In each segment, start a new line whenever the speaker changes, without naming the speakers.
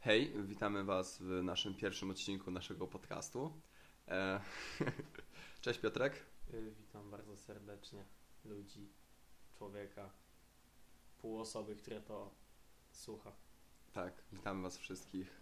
Hej, witamy Was w naszym pierwszym odcinku naszego podcastu. E, Cześć Piotrek.
Y, Witam bardzo serdecznie ludzi, człowieka, pół osoby, które to słucha.
Tak, witamy Was wszystkich.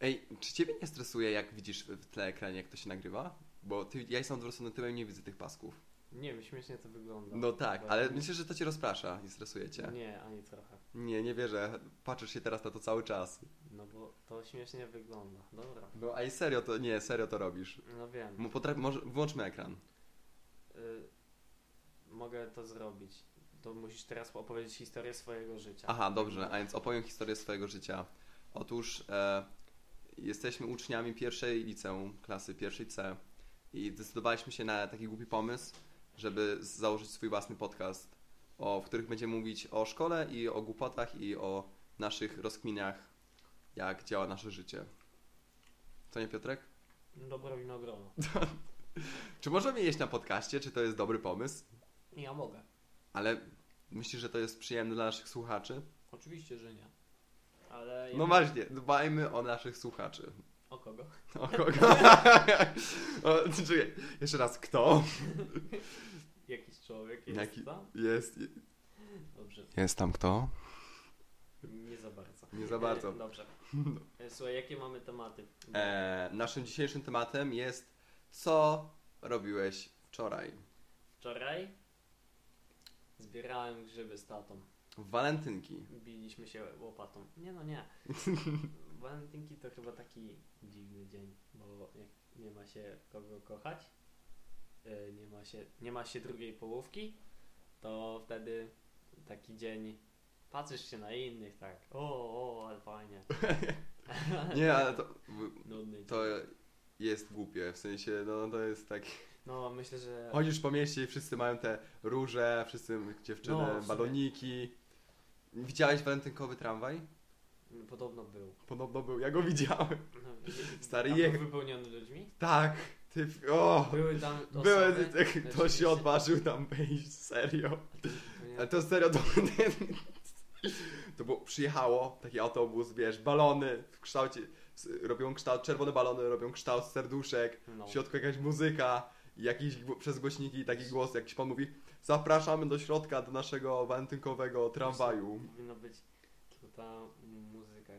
Ej, czy Ciebie nie stresuje, jak widzisz w tle ekranie, jak to się nagrywa? Bo ty, ja jestem odwrócony tyłem, nie widzę tych pasków.
Nie wiem, śmiesznie to wygląda.
No tak,
Bo-
ale myślę, że to Cię rozprasza i stresuje Cię.
Nie, ani trochę.
Nie, nie wierzę. Patrzysz się teraz na to cały czas.
No bo to śmiesznie wygląda. Dobra.
No a i serio to, nie, serio to robisz.
No wiem.
Mo- Potra- może, włączmy ekran.
Y, mogę to zrobić. To musisz teraz opowiedzieć historię swojego życia.
Aha, dobrze, a więc opowiem historię swojego życia. Otóż e, jesteśmy uczniami pierwszej liceum, klasy pierwszej C i zdecydowaliśmy się na taki głupi pomysł, żeby z- założyć swój własny podcast, o, w których będziemy mówić o szkole i o głupotach i o naszych rozkminiach, jak działa nasze życie. To nie Piotrek?
Dobro wino grono.
Czy możemy jeść na podcaście? Czy to jest dobry pomysł?
Ja mogę.
Ale myślisz, że to jest przyjemne dla naszych słuchaczy?
Oczywiście, że nie. Ale...
No właśnie, dbajmy o naszych słuchaczy.
O kogo?
O kogo? o, czekaj, jeszcze raz, kto
Jakiś człowiek jest
Jaki-
tam?
jest...
Dobrze.
Jest tam kto?
Nie za bardzo.
Nie za bardzo.
E, Dobrze. E, Słuchaj, jakie mamy tematy?
E, naszym dzisiejszym tematem jest co robiłeś wczoraj?
Wczoraj zbierałem grzyby z tatą.
W Walentynki.
Biliśmy się łopatą. Nie no, nie. Walentynki to chyba taki dziwny dzień, bo jak nie ma się kogo kochać, e, nie ma się, nie ma się drugiej połówki, to wtedy taki dzień patrzysz się na innych tak. O, o, ale fajnie.
Nie, ale to,
Nudny dzień.
to jest głupie, w sensie, no to jest tak...
No, myślę, że...
Chodzisz po mieście i wszyscy mają te róże, wszyscy dziewczyny,
No, w sumie.
baloniki. Widziałeś walentynkowy tramwaj?
Podobno był.
Podobno był, ja go widziałem.
No, i-
Stary
a był
jech-
wypełniony ludźmi?
Tak, ty. O!
Były tam osoby,
Byłem, tak,
znaczy,
ktoś się
wszyscy-
odważył tam wejść, serio.
Nie,
Ale to serio, to, to było, przyjechało taki autobus, wiesz, balony w kształcie, s- robią kształt, czerwone balony robią kształt serduszek,
no.
w środku jakaś muzyka, i jakiś gło- przez głośniki taki głos, jakiś pan mówi, zapraszamy do środka, do naszego walentynkowego tramwaju.
Powinno być tylko ta muzyka.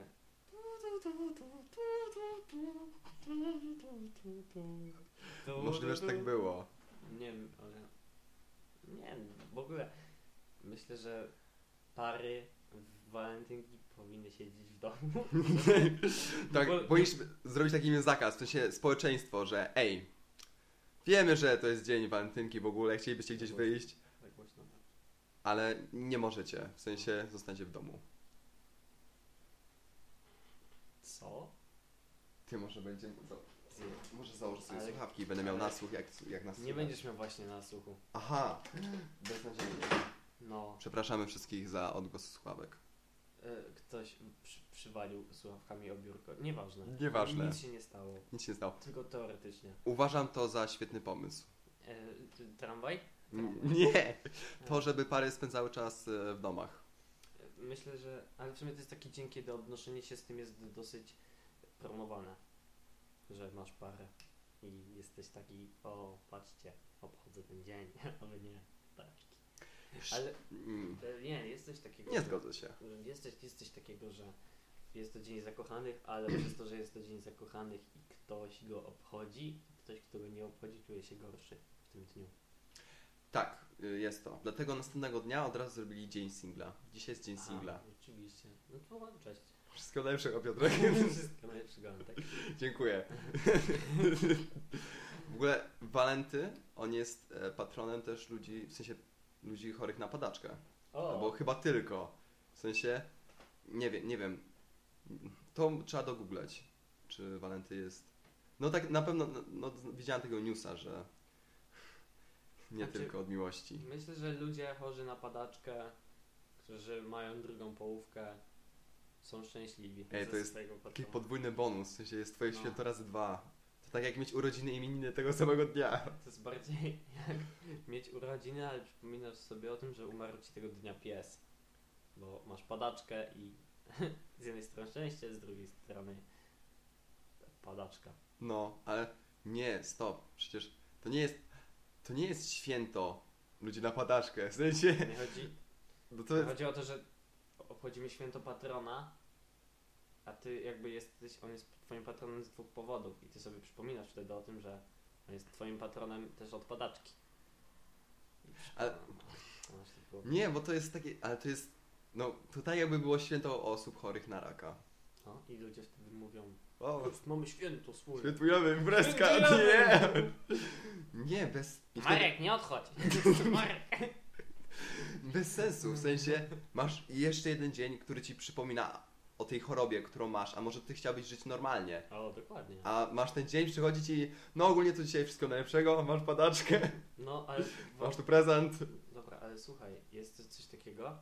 Możliwe, że tak było.
Nie wiem, ale... Nie wiem, w ogóle myślę, że pary w walentynki powinny siedzieć w domu.
Tak,
No Bo-
powinniśmy zrobić taki im zakaz, w sensie społeczeństwo, że ej, wiemy, że to jest dzień walentynki w ogóle, chcielibyście gdzieś wyjść,
Tak głośno.
ale nie możecie, w sensie zostańcie w domu.
Co?
Ty może będzie, to, może założę sobie
Ale-
słuchawki i będę miał
ale-
nasłuch, jak, jak nas
Nie
słuchasz.
będziesz miał właśnie na słuchu.
Aha, beznadziejnie.
No.
Przepraszamy wszystkich za odgłos słuchawek.
Y, Ktoś przy, przywalił słuchawkami o biurko. Nieważne.
Nieważne.
Nic się nie stało.
Nic się nie stało.
Tylko teoretycznie.
Uważam to za świetny pomysł.
E, t- tramwaj?
N- Nie! To, żeby pary spędzały czas e, w domach.
E, Myślę, że. Ale w sumie to jest taki dzień, kiedy odnoszenie się z tym jest dosyć promowane. Że masz parę i jesteś taki, o, patrzcie, obchodzę ten dzień, ale nie, paczki. Ale
Mm,
e, nie, jest coś takiego.
Nie
że-
zgodzę się.
że Jest coś, jest coś takiego, że jest to dzień zakochanych, ale przez to, że jest to dzień zakochanych i ktoś go obchodzi, ktoś, kto go nie obchodzi, czuje się gorszy w tym dniu.
Tak, y, jest to. Dlatego następnego dnia od razu zrobili dzień singla. Dzisiaj jest dzień
Aha,
singla.
Oczywiście. No to ładnie, cześć.
Wszystkiego najlepszego, Piotrek.
Wszystko najlepszego, tak?
Dziękuję. w ogóle Walenty, on jest e, patronem też ludzi, w sensie ludzi chorych na padaczkę.
O,
Albo chyba tylko. W sensie, nie wiem, nie wiem. To trzeba dogooglać, czy Walenty jest... No tak na pewno, no, no, widziałem tego newsa, że nie
Znaczy-
tylko od miłości.
myślę, że ludzie chorzy na padaczkę, którzy mają drugą połówkę, są szczęśliwi
Ej,
ze
to jest
swojego
Taki
patrona.
podwójny bonus, w sensie jest twoje
No.
święto razy dwa. To Tak jak mieć urodziny i imieniny tego samego dnia.
To jest bardziej jak mieć urodziny, ale przypominasz sobie o tym, że umarł ci tego dnia pies. Bo masz padaczkę i z jednej strony szczęście, z drugiej strony padaczka.
No, ale nie, stop. Przecież to nie jest, to nie jest święto ludzi na padaczkę. W sensie,
Nie chodzi,
no to jest,
chodzi o to, że obchodzimy święto patrona, a ty jakby jesteś, on jest twoim patronem z dwóch powodów i ty sobie przypominasz wtedy o tym, że on jest twoim patronem też od padaczki. I No
Ale-
przypomina- Masz to było-
nie, bo to jest takie, ale to jest, no tutaj jakby było święto osób chorych na raka.
No, I ludzie wtedy mówią,
O,
mamy święto, słuchaj.
świętujemy imprezka, nie!
Świętujemy!
Nie, bez, i wtedy-
Marek, nie odchodź. Marek.
bez sensu, w sensie masz jeszcze jeden dzień, który ci przypomina o tej chorobie, którą masz, a może ty chciałbyś żyć normalnie.
O, dokładnie.
A masz ten dzień, przychodzi ci, no ogólnie to dzisiaj wszystko najlepszego, masz padaczkę,
No, ale...
masz tu prezent.
Dobra, ale słuchaj, jest też coś takiego,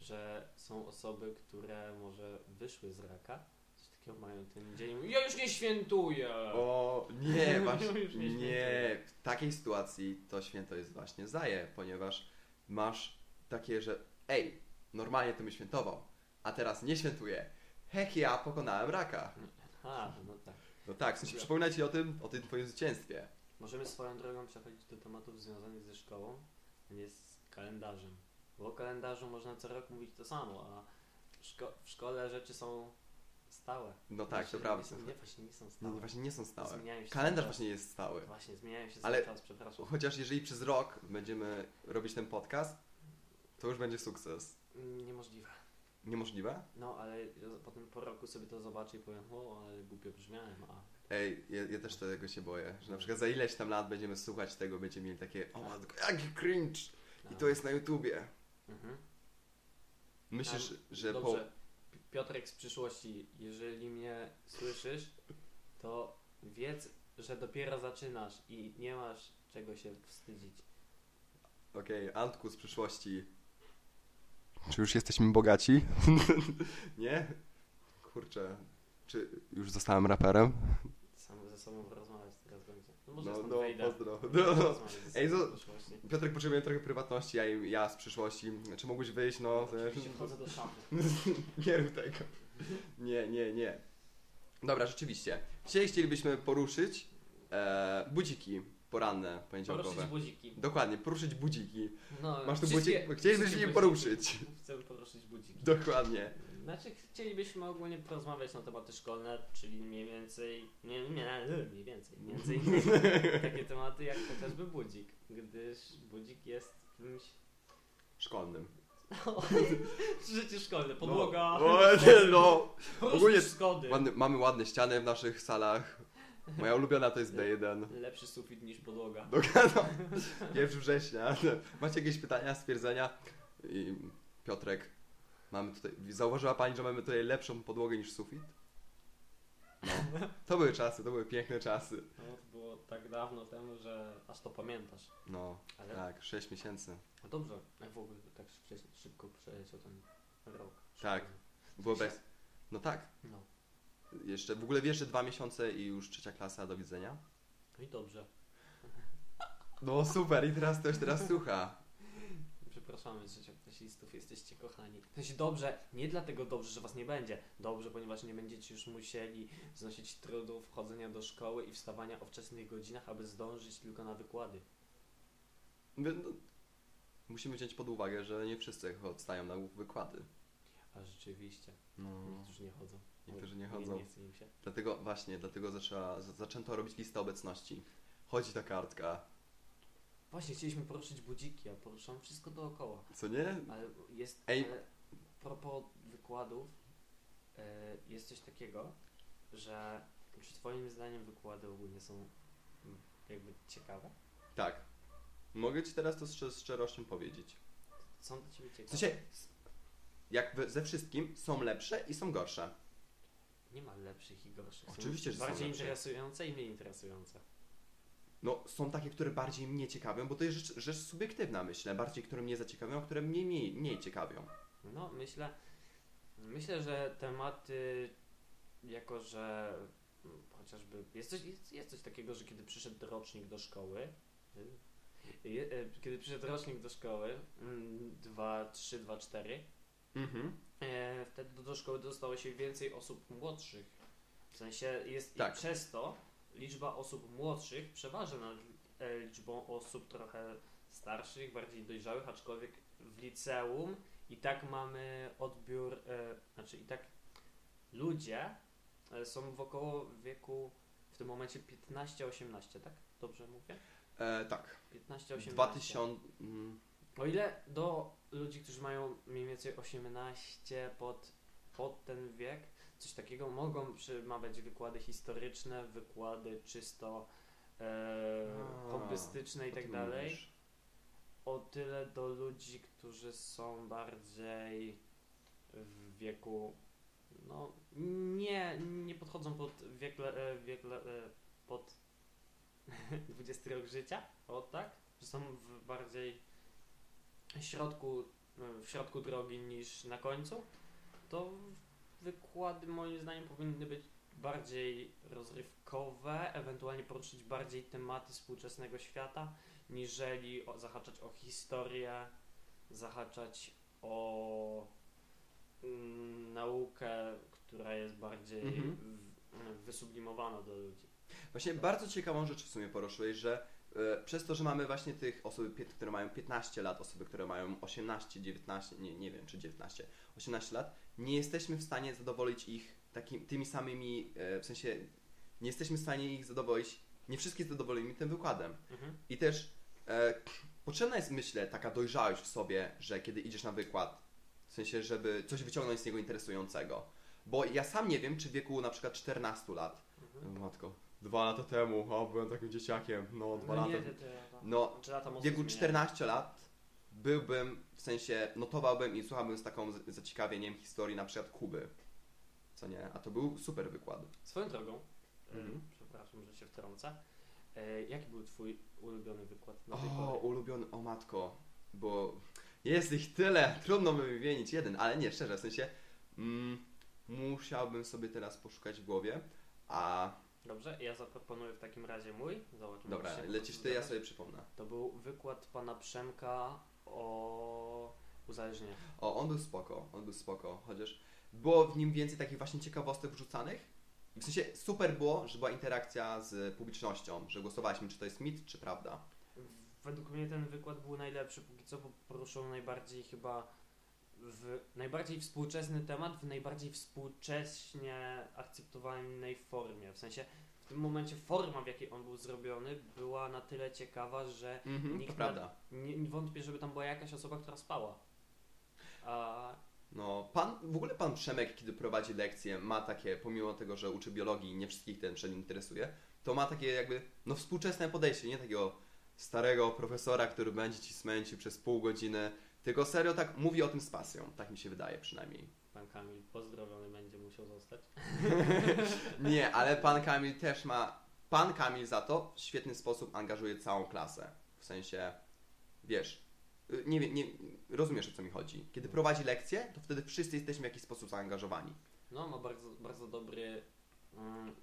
że są osoby, które może wyszły z raka, coś takiego mają ten dzień i mówią, ja już nie świętuję.
O, nie, właśnie,
Tak. Już nie
nie,
świętuję.
w takiej sytuacji to święto jest właśnie zaje, ponieważ masz takie, że ej, normalnie to bym świętował, a teraz nie świętuję. Hech, ja pokonałem raka.
A, no tak.
No tak, w sensie przypomina ci o tym, o tym twoim zwycięstwie.
Możemy swoją drogą przechodzić do tematów związanych ze szkołą, a nie z kalendarzem. Bo o kalendarzu można co rok mówić to samo, a w, szko- w szkole rzeczy są stałe.
No tak,
Znaczy,
to
nie
prawda.
są- Nie, właśnie nie są
Nie,
stałe.
nie, właśnie nie są stałe.
Zmieniają się
Kalendarz
cały czas.
właśnie jest stały.
Właśnie, zmieniają się
Ale-
cały czas, przepraszam.
Chociaż jeżeli przez rok będziemy robić ten podcast, to już będzie sukces.
Mm, Niemożliwe.
Niemożliwe?
No, ale ja potem po roku sobie to zobaczę i powiem, o, ale głupio brzmiałem, a...
Ej, ja, ja też tego się boję, że na przykład za ileś tam lat będziemy słuchać tego, będziemy mieli takie, o matko, jaki cringe!
a
I to jest na YouTubie.
Mhm.
Myślisz,
A,
że po...
Dobrze, P- Piotrek z przyszłości, jeżeli mnie słyszysz, to wiedz, że dopiero zaczynasz i nie masz czego się wstydzić.
Okej, Antku z przyszłości. Czy już jesteśmy bogaci? Nie? Kurczę. Czy już zostałem raperem?
Sam ze sobą rozmawiać teraz będzie. No
No,
może stąd
no,
wejdę.
pozdro.
Będę
No, no.
rozmawiać ze
Ej,
sobą
zo-
w przyszłości.
Piotrek, potrzebuje trochę prywatności, ja, im- ja z przyszłości. Czy mógłbyś wyjść? No,
Oczywiście wchodzę do szafy.
nie rób tego. Nie, nie, nie. Dobra, rzeczywiście. Dzisiaj chcielibyśmy poruszyć e, budziki poranne,
Poruszyć
poniedziałkowe.
budziki.
Dokładnie, poruszyć budziki.
No,
Masz tu
wszystkie-
budzik? Chcielibyśmy
wszystkie
je
budziki.
poruszyć.
Chcemy poruszyć budziki.
Dokładnie.
Znaczy chcielibyśmy ogólnie porozmawiać na tematy szkolne, czyli mniej więcej, nie, nie, mniej więcej, między innymi takie tematy jak chociażby budzik, gdyż budzik jest czymś
Szkolnym.
życie szkolne, podłoga,
No,
no,
no, no. ogólnie-
ogólnie szkody,
Ładny, mamy ładne ściany w naszych salach. Moja ulubiona to jest D1.
lepszy sufit niż podłoga.
Dokładam. 1 września. Macie jakieś pytania, stwierdzenia? I Piotrek, mamy tutaj. Zauważyła pani, że mamy tutaj lepszą podłogę niż sufit? No. To były czasy, to były piękne czasy.
No, to było tak dawno temu, że aż to pamiętasz.
No,
Ale
tak, 6 miesięcy.
no dobrze, jak w ogóle tak wcześ- szybko przeleciał ten rok.
Tak. Było bez. No tak.
No,
Jeszcze w ogóle wiesz, że dwa miesiące i już trzecia klasa, do widzenia.
no i dobrze.
No super, i teraz ktoś teraz słucha.
Przepraszamy, że listów jesteście kochani. W sensie dobrze, nie dlatego dobrze, że was nie będzie. Dobrze, ponieważ nie będziecie już musieli znosić trudów chodzenia do szkoły i wstawania o wczesnych godzinach, aby zdążyć tylko na wykłady.
Mówię, No, musimy wziąć pod uwagę, że nie wszyscy odstają na wykłady.
A rzeczywiście,
No.
niektórzy nie chodzą.
Niektórzy nie
Nie-
chodzą.
Nie chce im się.
Dlatego właśnie, dlatego zaczęła, za- zaczęto robić listę obecności. Chodzi ta kartka.
Właśnie, chcieliśmy poruszyć budziki, a poruszam wszystko dookoła.
Co nie?
Ale jest.
Ej.
Ale propos wykładów, e, jest coś takiego, że czy Twoim zdaniem wykłady ogólnie są mm, jakby ciekawe?
Tak. Mogę ci teraz to z szczer- z szczerością powiedzieć.
Są dla Ciebie ciekawe?
W sensie, s- jak we- ze wszystkim, są lepsze i są gorsze.
Nie ma lepszych i gorszych. Są
Oczywiście, że są
Bardziej
lepsze.
interesujące i mniej interesujące.
No, są takie, które bardziej mnie ciekawią, bo to jest rzecz, rzecz subiektywna, myślę. Bardziej, które mnie zaciekawią, a które mnie mniej, mniej ciekawią.
No, myślę, myślę, że tematy, jako że mm, choć chociażby. Jest coś, jest, jest coś takiego, że kiedy przyszedł rocznik do szkoły. y, je- e, Kiedy przyszedł rocznik do szkoły, mm, 2, 3, 2, 4,
Mhm.
E, wtedy do- do szkoły dostało się więcej osób młodszych. W sensie jest
Tak.
i przez to liczba osób młodszych przeważa nad e, liczbą osób trochę starszych, bardziej dojrzałych, aczkolwiek w liceum i tak mamy odbiór, e, znaczy i tak ludzie e, są wokoło wieku w tym momencie 15-18, tak? Dobrze mówię?
E, tak.
15-18.
2000. mm,
O ile do ludzi, którzy mają mniej więcej 18 pod, pod ten wiek, coś takiego, mogą przymawiać wykłady historyczne, wykłady czysto e,
A,
hobbystyczne i
o
tak
tym
dalej.
mówisz.
O tyle do ludzi, którzy są bardziej w wieku, no nie, nie podchodzą pod wiek, le- e, wiek le- e, pod 20 rok życia, o tak, że są w bardziej środku, e, w środku drogi niż na końcu, to wykłady moim zdaniem powinny być bardziej rozrywkowe, ewentualnie poruszyć bardziej tematy współczesnego świata, niżeli o, zahaczać o historię, zahaczać o mm, naukę, która jest bardziej
Mhm.
w, e, wysublimowana do ludzi.
Właśnie bardzo ciekawą rzecz w sumie poruszyłeś, że e, przez to, że mamy właśnie tych osoby, pię- które mają 15 lat, osoby, które mają 18, 19, nie, nie wiem czy 19, 18 lat, nie jesteśmy w stanie zadowolić ich takim, tymi samymi, e, w sensie nie jesteśmy w stanie ich zadowolić, nie wszystkie zadowolimy tym wykładem.
Mhm.
I też e, potrzebna jest, myślę, taka dojrzałość w sobie, że kiedy idziesz na wykład, w sensie, żeby coś wyciągnąć z niego interesującego. Bo ja sam nie wiem, czy w wieku na przykład 14 lat,
Mhm.
o matko, dwa lata temu, o, byłem takim dzieciakiem, no dwa
No
lata.
nie, te, te lata.
No,
Czy lata
w
mocno
wieku
zmieniają?
14 lat byłbym, w sensie, notowałbym i słuchałbym z taką z- zaciekawieniem historii na przykład Kuby. Co nie? A to był super wykład.
Swoją drogą, e,
Mhm.
przepraszam, że się wtrącę, e, jaki był twój ulubiony wykład na tej
O,
pory?
ulubiony, o matko, bo jest ich tyle, trudno by mi wymienić jeden, ale nie, szczerze, w sensie mm, musiałbym sobie teraz poszukać w głowie, a
Dobrze, ja zaproponuję w takim razie mój. Zobaczmy,
dobra,
czy się
lecisz ty, ja
zgadzasz.
sobie przypomnę.
To był wykład pana Przemka o uzależnieniu.
O, on był spoko, on był spoko, chociaż było w nim więcej takich właśnie ciekawostek wrzucanych. W sensie super było, że była interakcja z publicznością, że głosowaliśmy, czy to jest mit, czy prawda.
Według mnie ten wykład był najlepszy póki co, bo poruszał najbardziej chyba w najbardziej współczesny temat, w najbardziej współcześnie akceptowalnej formie. W sensie w tym momencie forma, w jakiej on był zrobiony, była na tyle ciekawa, że
Mhm,
Nikt
to
na-
prawda.
nie, nie wątpię, żeby tam była jakaś osoba, która spała. A
No, pan, w ogóle pan Przemek, kiedy prowadzi lekcje, ma takie, pomimo tego, że uczy biologii i nie wszystkich ten przedmiot interesuje, to ma takie jakby, no współczesne podejście, nie takiego starego profesora, który będzie ci smęcił przez pół godziny, tylko serio tak mówi o tym z pasją, tak mi się wydaje przynajmniej.
pan Kamil pozdrowiony będzie musiał zostać.
Nie, ale pan Kamil też ma, pan Kamil za to w świetny sposób angażuje całą klasę, w sensie, wiesz, y, nie, wiem, nie rozumiesz o co mi chodzi. Kiedy prowadzi lekcje, to wtedy wszyscy jesteśmy w jakiś sposób zaangażowani.
No, ma bardzo, bardzo dobry. Mm,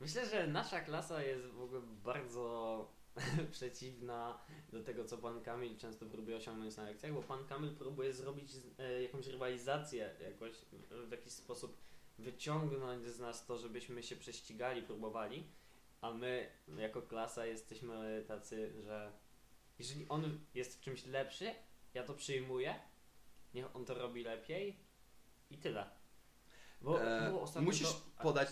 myślę, że nasza klasa jest w ogóle bardzo przeciwna do tego, co pan Kamil często próbuje osiągnąć na lekcjach, bo pan Kamil próbuje zrobić e, jakąś rywalizację, jakoś e, w, w jakiś sposób wyciągnąć z nas to, żebyśmy się prześcigali, próbowali, a my jako klasa jesteśmy tacy, że jeżeli on jest w czymś lepszy, ja to przyjmuję, niech on to robi lepiej i tyle. Bo to
E,
było ostatnio
musisz
to-
podać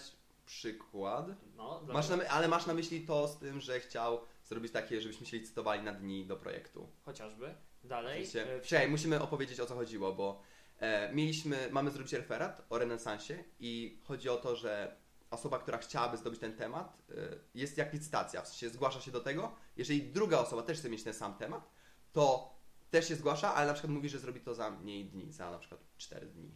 przykład.
No, dla
Masz
mnie-
na, my- ale masz na myśli to z tym, że chciał zrobić takie, żebyśmy się licytowali na dni do projektu.
chociażby.
W
Dalej.
sensie,
e, w-
czekaj, musimy opowiedzieć o co chodziło, bo e, mieliśmy, mamy zrobić referat o renesansie i chodzi o to, że osoba, która chciałaby zdobyć ten temat, e, jest jak licytacja, w sensie zgłasza się do tego. Jeżeli druga osoba też chce mieć ten sam temat, to też się zgłasza, ale na przykład mówi, że zrobi to za mniej dni, za na przykład 4 dni.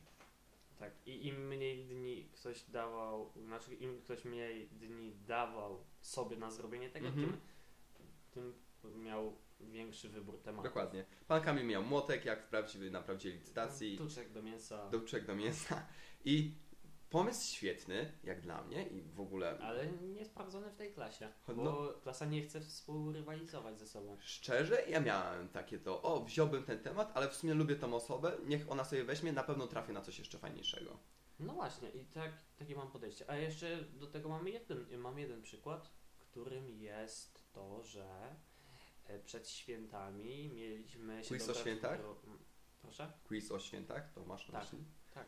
Tak, i im mniej dni ktoś dawał, znaczy im ktoś mniej dni dawał sobie na zrobienie tego,
Mhm.
tym, tym miał większy wybór tematu.
Dokładnie. Pan Kamil miał
No,
młotek, jak w prawdziwy, na prawdziwej licytacji.
Tuczek do mięsa.
do czek do mięsa i Pomysł świetny, jak dla mnie i w ogóle
Ale niesprawdzony w tej klasie.
No.
Bo klasa nie chce współrywalizować ze sobą.
Szczerze, ja miałem takie to, o, wziąłbym ten temat, ale w sumie lubię tą osobę, niech ona sobie weźmie, na pewno trafię na coś jeszcze fajniejszego.
No właśnie, i tak, takie mam podejście. A jeszcze do tego mamy jeden, mam jeden przykład, którym jest to, że e, przed świętami mieliśmy się
Quiz o
dobrać
świętach?
Do... mm, Proszę?
Quiz o świętach, to masz na
Tak.
myśli?
Tak.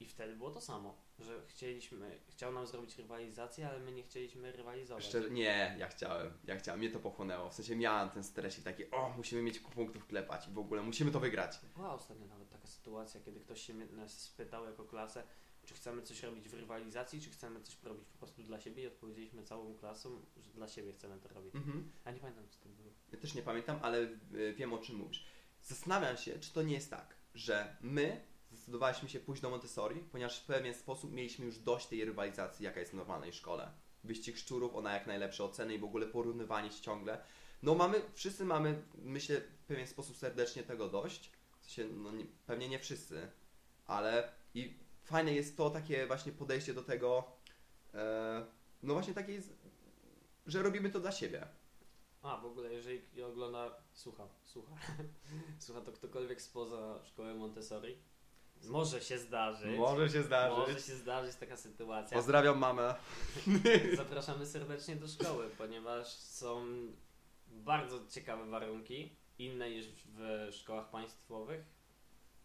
I wtedy było to samo, że chcieliśmy, chciał nam zrobić rywalizację, ale my nie chcieliśmy rywalizować.
Szczerze, nie, ja chciałem, ja chciałem, mnie to pochłonęło, w sensie miałem ten stresik taki, o, musimy mieć punktów klepać i w ogóle musimy to wygrać.
Była ostatnio nawet taka sytuacja, kiedy ktoś się mnie- nas spytał jako klasę, czy chcemy coś robić w rywalizacji, czy chcemy coś robić po prostu dla siebie i odpowiedzieliśmy całą klasą, że dla siebie chcemy to robić.
Mhm.
A nie pamiętam, co to było.
Ja też nie pamiętam, ale y, wiem o czym mówisz. Zastanawiam się, czy to nie jest tak, że my zdecydowaliśmy się pójść do Montessori, ponieważ w pewien sposób mieliśmy już dość tej rywalizacji, jaka jest w normalnej szkole. Wyścig szczurów, ona jak najlepsze oceny i w ogóle porównywanie się ciągle. No mamy, wszyscy mamy, myślę, w pewien sposób serdecznie tego dość. W sensie, no nie, pewnie nie wszyscy, ale i fajne jest to takie właśnie podejście do tego, e, no właśnie takiej, z- że robimy to dla siebie.
A, w ogóle, jeżeli ogląda, słucha, słucha, słucha to ktokolwiek spoza szkoły Montessori, może się zdarzyć.
Może się
Może się zdarzyć taka sytuacja.
Pozdrawiam mamę.
Zapraszamy serdecznie do szkoły, ponieważ są bardzo ciekawe warunki, inne niż w szkołach państwowych,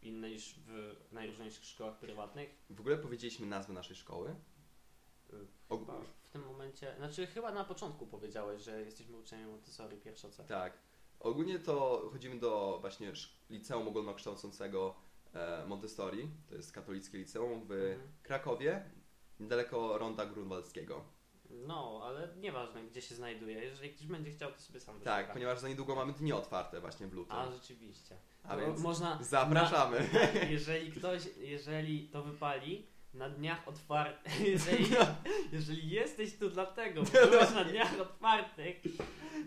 inne niż w najróżniejszych szkołach prywatnych.
W ogóle powiedzieliśmy nazwę naszej szkoły.
Y,
O-
Chyba w tym momencie, znaczy chyba na początku powiedziałeś, że jesteśmy uczniami Montessori pierwsza C.
Tak. Ogólnie to chodzimy do właśnie sz- liceum ogólnokształcącego e, Montessori. To jest katolickie liceum w
Mhm.
Krakowie, niedaleko Ronda Grunwaldzkiego.
No, ale nieważne gdzie się znajduje, jeżeli ktoś będzie chciał, to sobie sam
Tak,
wyszuka.
ponieważ za niedługo mamy dni otwarte właśnie w lutym.
A, rzeczywiście.
A
No,
więc
można,
zapraszamy.
jeżeli ktoś, jeżeli to wypali, na dniach otwartych, jeżeli,
No.
jeżeli jesteś tu dlatego, bo byłeś na dniach otwartych,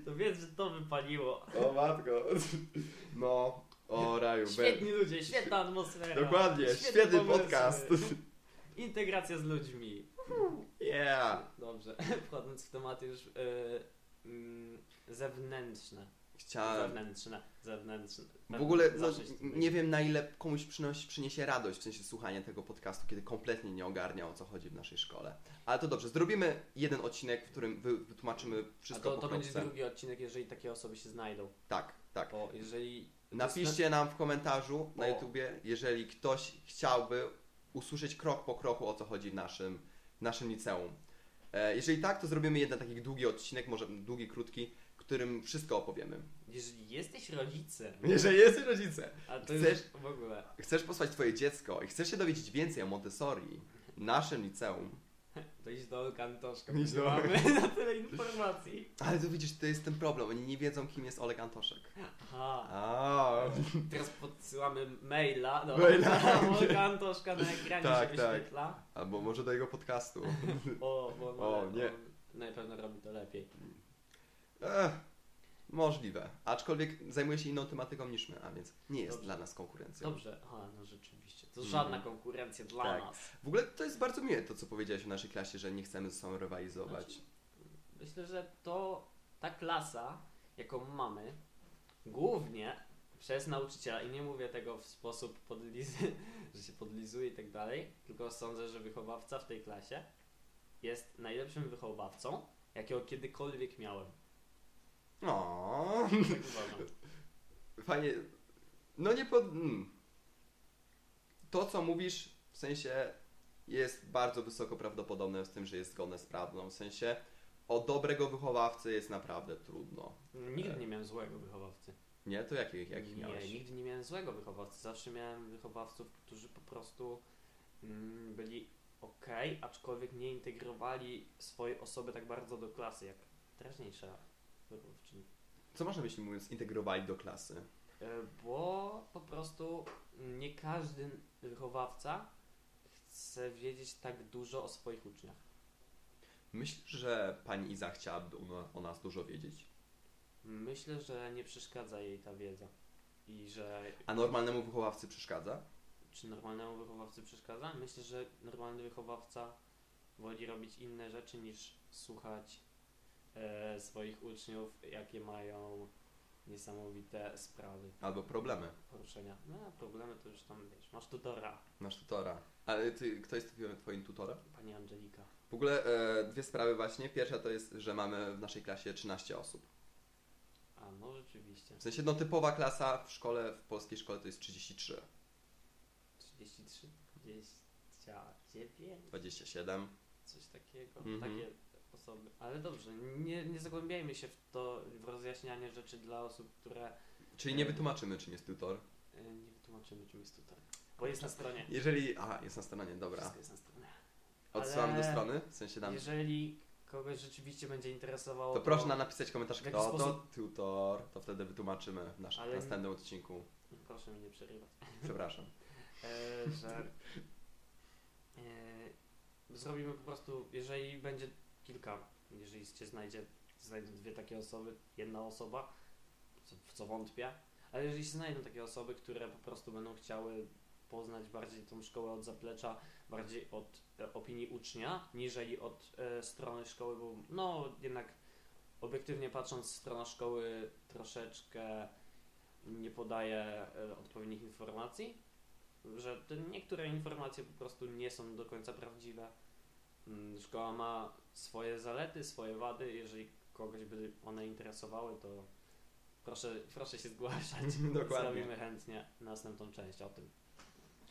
to wiedz, że to wypaliło.
O matko. No, o raju.
Świetni ludzie, świetna atmosfera.
Dokładnie,
świetne
świetny
pomysły,
podcast.
Integracja z ludźmi.
Yeah.
Dobrze, wchodząc w tematy już yy, mm, zewnętrzne.
Chciałem
Zewnętrzne, zewnętrzne.
W ogóle no,
Zawsze się
nie wiem na ile komuś przynosi, przyniesie radość w sensie słuchania tego podcastu, kiedy kompletnie nie ogarnia o co chodzi w naszej szkole. Ale to dobrze, zrobimy jeden odcinek, w którym wy- wytłumaczymy
A
wszystko
to,
po
to będzie
kropce.
drugi odcinek, jeżeli takie osoby się znajdą.
Tak, tak.
Bo jeżeli.
Napiszcie nam w komentarzu na
O.
YouTubie, jeżeli ktoś chciałby usłyszeć krok po kroku o co chodzi w naszym, w naszym liceum. E, Jeżeli tak, to zrobimy jeden taki długi odcinek, może długi, krótki, w którym wszystko opowiemy.
Jeżeli jesteś rodzicem,
Jeżeli jesteś rodzicem,
a to
Chcesz-
już w ogóle.
Chcesz posłać twoje dziecko i chcesz się dowiedzieć więcej o Montessori, naszym liceum.
To idź do Kantoszka,
Idź
bo
do-
mamy na tyle informacji.
Ale tu widzisz, to jest ten problem. Oni nie wiedzą, kim jest Oleg Antoszek.
Aha.
A,
Teraz podsyłamy maila do
Maila.
Olga Antoszka na ekranie
Tak,
się
tak.
wyświetla.
albo może do jego podcastu.
O, bo on,
O, nie.
on na pewno robi to lepiej.
Ech, możliwe. Aczkolwiek zajmuje się inną tematyką niż my, a więc nie jest
Dobrze.
dla nas konkurencją.
Dobrze, aha, no rzeczywiście. To żadna konkurencja dla
Mhm. Tak.
nas.
W ogóle to jest bardzo miłe to, co powiedziałeś o naszej klasie, że nie chcemy ze sobą rywalizować.
Myślę, że to ta klasa, jaką mamy, głównie przez nauczyciela, i nie mówię tego w sposób podlizy, że się podlizuje i tak dalej, tylko sądzę, że wychowawca w tej klasie jest najlepszym wychowawcą, jakiego kiedykolwiek miałem.
O,
Tak uważam.
fajnie. No nie pod... mm. To, co mówisz, w sensie jest bardzo wysoko prawdopodobne w tym, że jest zgodne z prawdą. W sensie o dobrego wychowawcy jest naprawdę trudno.
Nigdy nie miałem złego wychowawcy.
Nie? To jakich, jakich
nie,
miałeś?
nigdy nie miałem złego wychowawcy. Zawsze miałem wychowawców, którzy po prostu mm, byli ok, aczkolwiek nie integrowali swojej osoby tak bardzo do klasy, jak teraźniejsza wychowawczyni.
Co masz na myśli mówiąc integrowali do klasy?
Y, Bo po prostu nie każdy wychowawca chce wiedzieć tak dużo o swoich uczniach.
Myślisz, że pani Iza chciałaby u na- o nas dużo wiedzieć?
Myślę, że nie przeszkadza jej ta wiedza i że
A normalnemu wychowawcy przeszkadza?
czy normalnemu wychowawcy przeszkadza? Myślę, że normalny wychowawca woli robić inne rzeczy niż słuchać e, swoich uczniów, jakie mają niesamowite sprawy,
Albo problemy.
poruszenia. No, a problemy to już tam wiesz. Masz tutora,
Nasz tutora. Ale ty, kto jest twoim tutorem?
pani Angelika.
W ogóle e, dwie sprawy właśnie. Pierwsza to jest, że mamy w naszej klasie 13 osób.
A no rzeczywiście.
W sensie no typowa klasa w szkole, w polskiej szkole to jest 33,
33, 29,
27.
coś takiego.
Mhm.
Takie osoby. Ale dobrze, nie, nie zagłębiajmy się w to, w rozjaśnianie rzeczy dla osób, które
Czyli
Mm.
nie wytłumaczymy czym jest tutor.
e, nie wytłumaczymy, czym jest tutor. Bo jest na stronie.
Jeżeli... Aha, jest na stronie, dobra.
Wszystko jest na stronie.
Odsyłam
Ale-
do strony, w sensie tam...
Jeżeli kogoś rzeczywiście będzie interesowało.
To proszę nam napisać komentarz,
w jaki
kto to
sposób-
tutor, to wtedy wytłumaczymy w naszym
Ale-
następnym odcinku.
Proszę mnie nie przerywać.
Przepraszam.
E, że e, zrobimy po prostu, jeżeli będzie kilka, jeżeli się znajdzie, znajdą dwie takie osoby, jedna osoba, co, w co wątpię, ale jeżeli się znajdą takie osoby, które po prostu będą chciały poznać bardziej tą szkołę od zaplecza, bardziej od e, opinii ucznia, niżeli od e, strony szkoły, bo no jednak obiektywnie patrząc, strona szkoły troszeczkę nie podaje e, odpowiednich informacji, że te niektóre informacje po prostu nie są do końca prawdziwe. Mm, Szkoła ma swoje zalety, swoje wady. Jeżeli kogoś by one interesowały, to proszę, proszę się zgłaszać.
Dokładnie.
Zrobimy chętnie następną część o tym.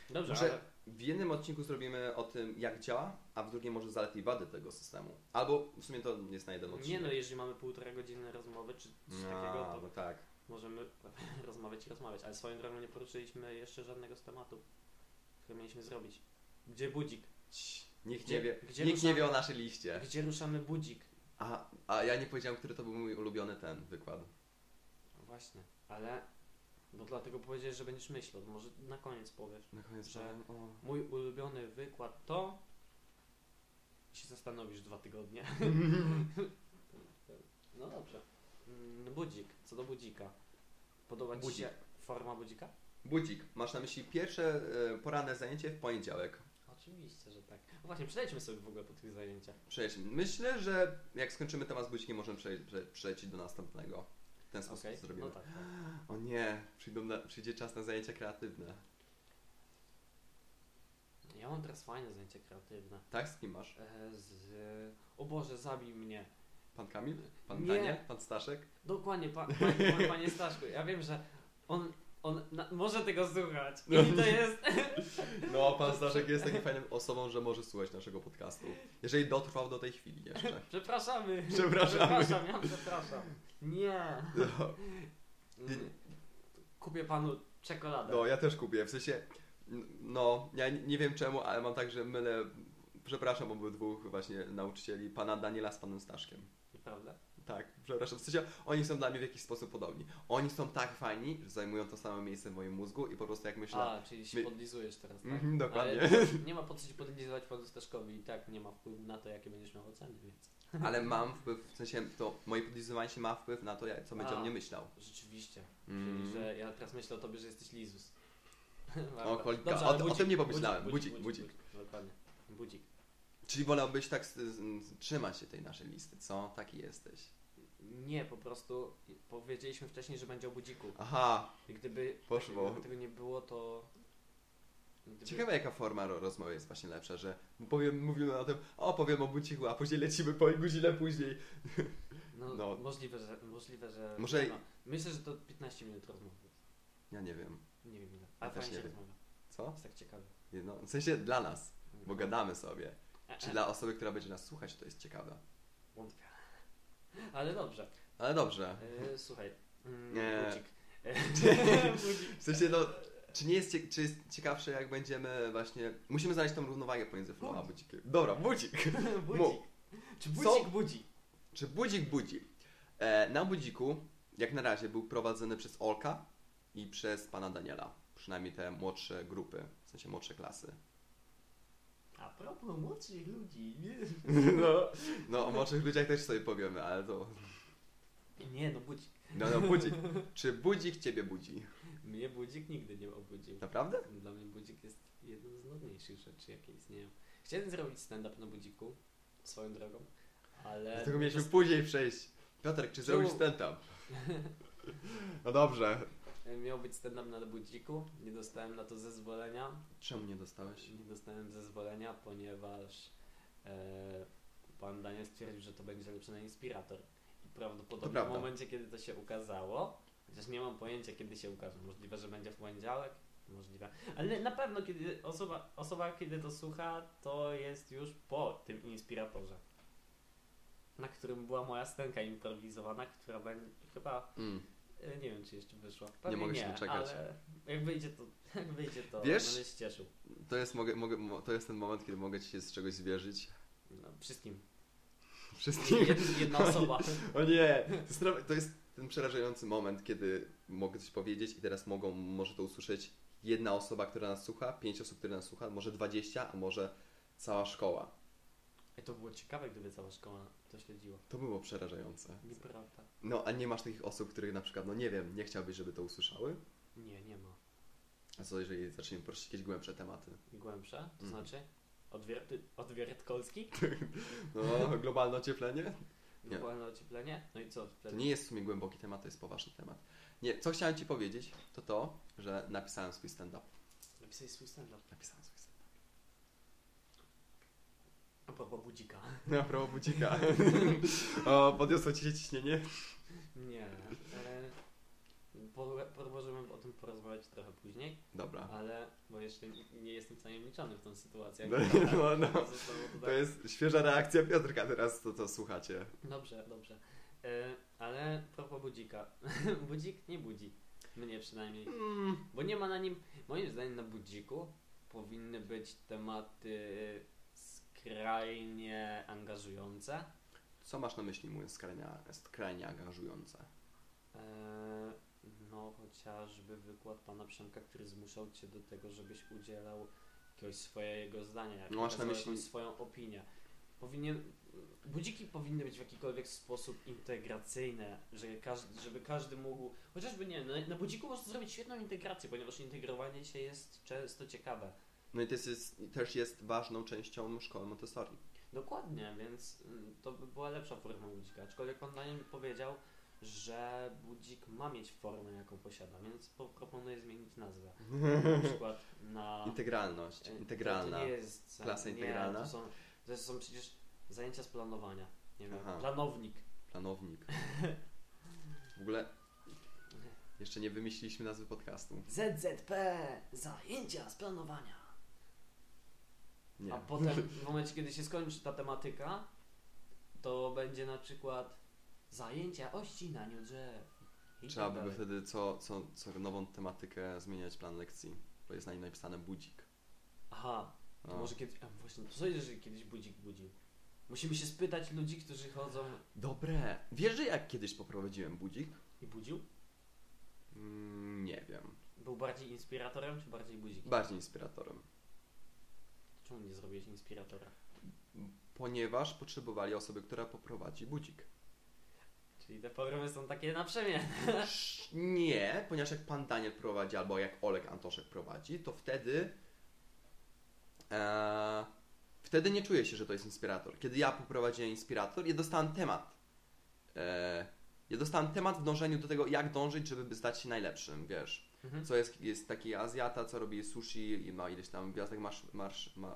Dobrze,
Może-
ale
W jednym odcinku zrobimy o tym, jak działa, a w drugim może zalety i wady tego systemu. Albo w sumie to jest na jeden
nie
odcinek.
no, jeżeli mamy półtora godziny rozmowy czy coś takiego,
A,
to
no tak.
możemy rozmawiać i rozmawiać. Ale swoją drogą nie poruszyliśmy jeszcze żadnego z tematów, które mieliśmy zrobić. Gdzie budzik?
Nikt
Gdzie-
nie wie,
gdzie
nikt nie
ruszamy?
wie o naszej liście.
Gdzie ruszamy budzik?
A, a ja nie powiedziałem, który to był mój ulubiony ten wykład.
No Właśnie, ale. Bo dlatego powiedziałeś, że będziesz myślał. Może na koniec powiesz.
Na koniec
Że-
powiem, o.
Mój ulubiony wykład to. I się zastanowisz dwa tygodnie. no dobrze. Mm, Budzik. Co do budzika. Podoba Ci
Budzik.
się forma budzika?
Budzik, masz na myśli pierwsze e, poranne zajęcie w poniedziałek.
Oczywiście, że tak. No właśnie, przejdźmy sobie w ogóle po tych zajęciach.
Przejść. Myślę, że jak skończymy temat z budzikiem, możemy przej- prze- przejść do następnego. W ten sposób
Okej,
to zrobimy.
no tak. tak.
O nie, przyjdą na, przyjdzie czas na zajęcia kreatywne.
Ja mam teraz fajne zajęcie kreatywne.
Tak, z kim masz?
E, Z... O Boże, zabij mnie.
Pan Kamil? Pan
Nie.
Danie? Pan Staszek?
Dokładnie, pa, pa, pa, panie Staszku, ja wiem, że on, on na, może tego słuchać. I to jest.
No, pan Staszek jest taką fajną osobą, że może słuchać naszego podcastu. Jeżeli dotrwał do tej chwili jeszcze.
Przepraszamy.
Przepraszamy.
Przepraszam, ja przepraszam. Nie.
No,
Mm, Kupię panu czekoladę.
no ja też kupię. W sensie, n- no, ja nie- nie wiem czemu, ale mam tak, że mylę, przepraszam obydwóch właśnie nauczycieli, pana Daniela z panem Staszkiem.
Prawda?
Tak, przepraszam. W sensie oni są dla mnie w jakiś sposób podobni. Oni są tak fajni, że zajmują to samo miejsce w moim mózgu i po prostu jak myślę.
A, czyli się
My-
podlizujesz teraz, tak?
Mhm, dokładnie.
Ale nie ma po co się podlizować panu Staszkowi i tak nie ma wpływu na to, jakie będziesz miał oceny, więc.
Ale mam wpływ, w sensie to moje podlizowanie się ma wpływ na to, jak- co będzie
A.
o mnie myślał.
Rzeczywiście.
Mm.
Czyli, że ja teraz myślę o tobie, że jesteś Lizus.
O, cholika.
Dobrze,
O-
ale
o tym nie pomyślałem. Budzik,
Dokładnie. Budzik.
Czyli wolałbyś tak s- s- trzymać się tej naszej listy, co? Taki jesteś.
Nie, po prostu powiedzieliśmy wcześniej, że będzie o budziku.
Aha,
I gdyby
Poszło.
gdyby tego nie było, to. Gdyby...
ciekawe jaka forma ro- rozmowy jest właśnie lepsza, że powiem, mówimy o tym, o powiem o bucichu, a później lecimy po godzinę później.
No,
no.
Możliwe, że. Możliwe, że
Może-
No, myślę, że to 15 minut rozmowy.
Ja nie wiem,
Nie wiem ile. Ale
Ja też
fajnie się
nie wiem.
rozmawia.
co?
Jest tak ciekawe.
No, w sensie dla nas, bo gadamy sobie.
E, e,
Czy dla osoby, która będzie nas słuchać, to jest ciekawe.
Wątpię. Ale dobrze.
Ale dobrze.
E, słuchaj. Mm,
Nie.
Budzik. E, budzik.
W sensie, no, czy nie jest, cie, czy jest ciekawsze, jak będziemy właśnie... Musimy znaleźć tą równowagę pomiędzy flow a budzikiem. Dobra, budzik.
budzik. Czy budzik budzi?
Czy budzik budzi? E, na budziku, jak na razie, był prowadzony przez Olka i przez pana Daniela. Przynajmniej te młodsze grupy, w sensie młodsze klasy.
A propos młodszych ludzi. nie?
No, no o młodszych ludziach też sobie powiemy, ale to...
Nie, no budzik.
No, no, budzik. Czy budzik ciebie budzi?
Mnie budzik nigdy nie obudził.
Naprawdę?
Dla mnie budzik jest jedną z nudniejszych rzeczy, jakie istnieją. Chciałem zrobić stand-up na budziku, swoją drogą, ale...
Do tego mieliśmy później przejść. Piotrek, czy
Czemu?
zrobisz ten tam? No dobrze.
Miał być stand-up na budziku, nie dostałem na to zezwolenia.
Czemu nie dostałeś?
Nie dostałem zezwolenia, ponieważ e, pan Daniel stwierdził, że to będzie lepszy na inspirator. I
To
prawdopodobnie w
prawda.
momencie, kiedy to się ukazało, chociaż nie mam pojęcia, kiedy się ukaże. Możliwe, że będzie w poniedziałek, możliwe. Ale na pewno, kiedy osoba, osoba kiedy to słucha, to jest już po tym inspiratorze. Na którym była moja scenka improwizowana, która będzie chyba
Mm.
E, Nie wiem, czy jeszcze wyszła. Pewnie
mogę się doczekać.
Ale jak wyjdzie to, jak wyjdzie to,
Wiesz?
będę się cieszył.
To, jest, mogę, mogę, mo- to jest ten moment, kiedy mogę ci się z czegoś zwierzyć.
No, wszystkim.
Wszystkim.
Jed, jedna osoba.
O nie! To jest, nawet- to jest ten przerażający moment, kiedy mogę coś powiedzieć i teraz mogą, może to usłyszeć jedna osoba, która nas słucha, pięć osób, które nas słucha, może dwadzieścia, a może cała szkoła.
Ej, To było ciekawe, gdyby cała szkoła to śledziła.
To było przerażające.
Nieprawda.
No, a nie masz takich osób, których na przykład, no nie wiem, nie chciałbyś, żeby to usłyszały?
Nie, nie ma.
A co, jeżeli zaczniemy prosić jakieś głębsze tematy?
Głębsze? To
Mhm.
znaczy? Odwierty, odwiertkolski?
No, globalne ocieplenie? Nie.
Globalne ocieplenie? No i co?
To
Wtedy?
nie jest w sumie głęboki temat, to jest poważny temat. Nie, co chciałem Ci powiedzieć, to to, że napisałem swój stand-up.
Napisałeś swój stand-up.
Napisałem swój stand-up.
A propos budzika.
Na prawo budzika. o, podniosło Ci się ciśnienie?
Nie. E, po- po- Możemy o tym porozmawiać trochę później,
Dobra.
ale bo jeszcze nie jestem tajemniczony w tą sytuację.
No, no, no.
Zostało
To
tutaj-
jest świeża reakcja Piotrka teraz, to co słuchacie.
Dobrze, dobrze. E, ale propos budzika. Budzik nie budzi. Mnie przynajmniej.
Mm,
Bo nie ma na nim. Moim zdaniem na budziku powinny być tematy skrajnie angażujące.
co masz na myśli, mówiąc skrajnie, skrajnie angażujące?
E, no chociażby wykład pana Przemka, który zmuszał cię do tego, żebyś udzielał jakiegoś swojego zdania, jak
No, masz na
pokazywał
myśli-
jakąś swoją opinię. Powinien, budziki powinny być w jakikolwiek sposób integracyjne, że każdy, żeby każdy mógł, chociażby nie, na, na budziku można zrobić świetną integrację, ponieważ integrowanie się jest często ciekawe.
No i to jest, jest, też jest ważną częścią szkoły Montessori.
Dokładnie, więc mm, to by była lepsza forma budzika. Aczkolwiek pan Daniel powiedział, że budzik ma mieć formę, jaką posiada, więc po- proponuję zmienić nazwę. Na przykład na.
Integralność,
e,
integralna.
To nie jest,
Klasa
nie,
integralna?
To są, to są przecież zajęcia z planowania. Nie wiem,
Aha.
planownik.
Planownik. W ogóle jeszcze nie wymyśliliśmy nazwy podcastu.
ZZP! Zajęcia z planowania.
Nie.
A potem w momencie, kiedy się skończy ta tematyka, to będzie na przykład zajęcia o ścinaniu drzew. I
Trzeba
tak
by
dalej.
wtedy co, co, co nową tematykę zmieniać plan lekcji, bo jest na nim napisane budzik.
Aha, to
No.
może kiedyś. A właśnie, co jeżeli kiedyś budzik budzi? Musimy się spytać ludzi, którzy chodzą.
Dobre. Wiesz, że jak kiedyś poprowadziłem budzik?
I budził?
Mm, nie wiem.
Był bardziej inspiratorem, czy bardziej budzik?
Bardziej inspiratorem.
Czemu nie zrobiłeś inspiratora?
Ponieważ potrzebowali osoby, która poprowadzi budzik.
Czyli te programy są takie na przemian.
Sz- Nie, ponieważ jak pan Daniel prowadzi, albo jak Olek Antoszek prowadzi, to wtedy. E, wtedy nie czuję się, że to jest inspirator. Kiedy ja poprowadziłem inspirator, ja dostałem temat. E, ja dostałem temat w dążeniu do tego, jak dążyć, żeby stać się najlepszym, wiesz.
Mhm.
Co jest, jest taki Azjata, co robi sushi i ma ileś tam gwiazdek, masz, masz, ma,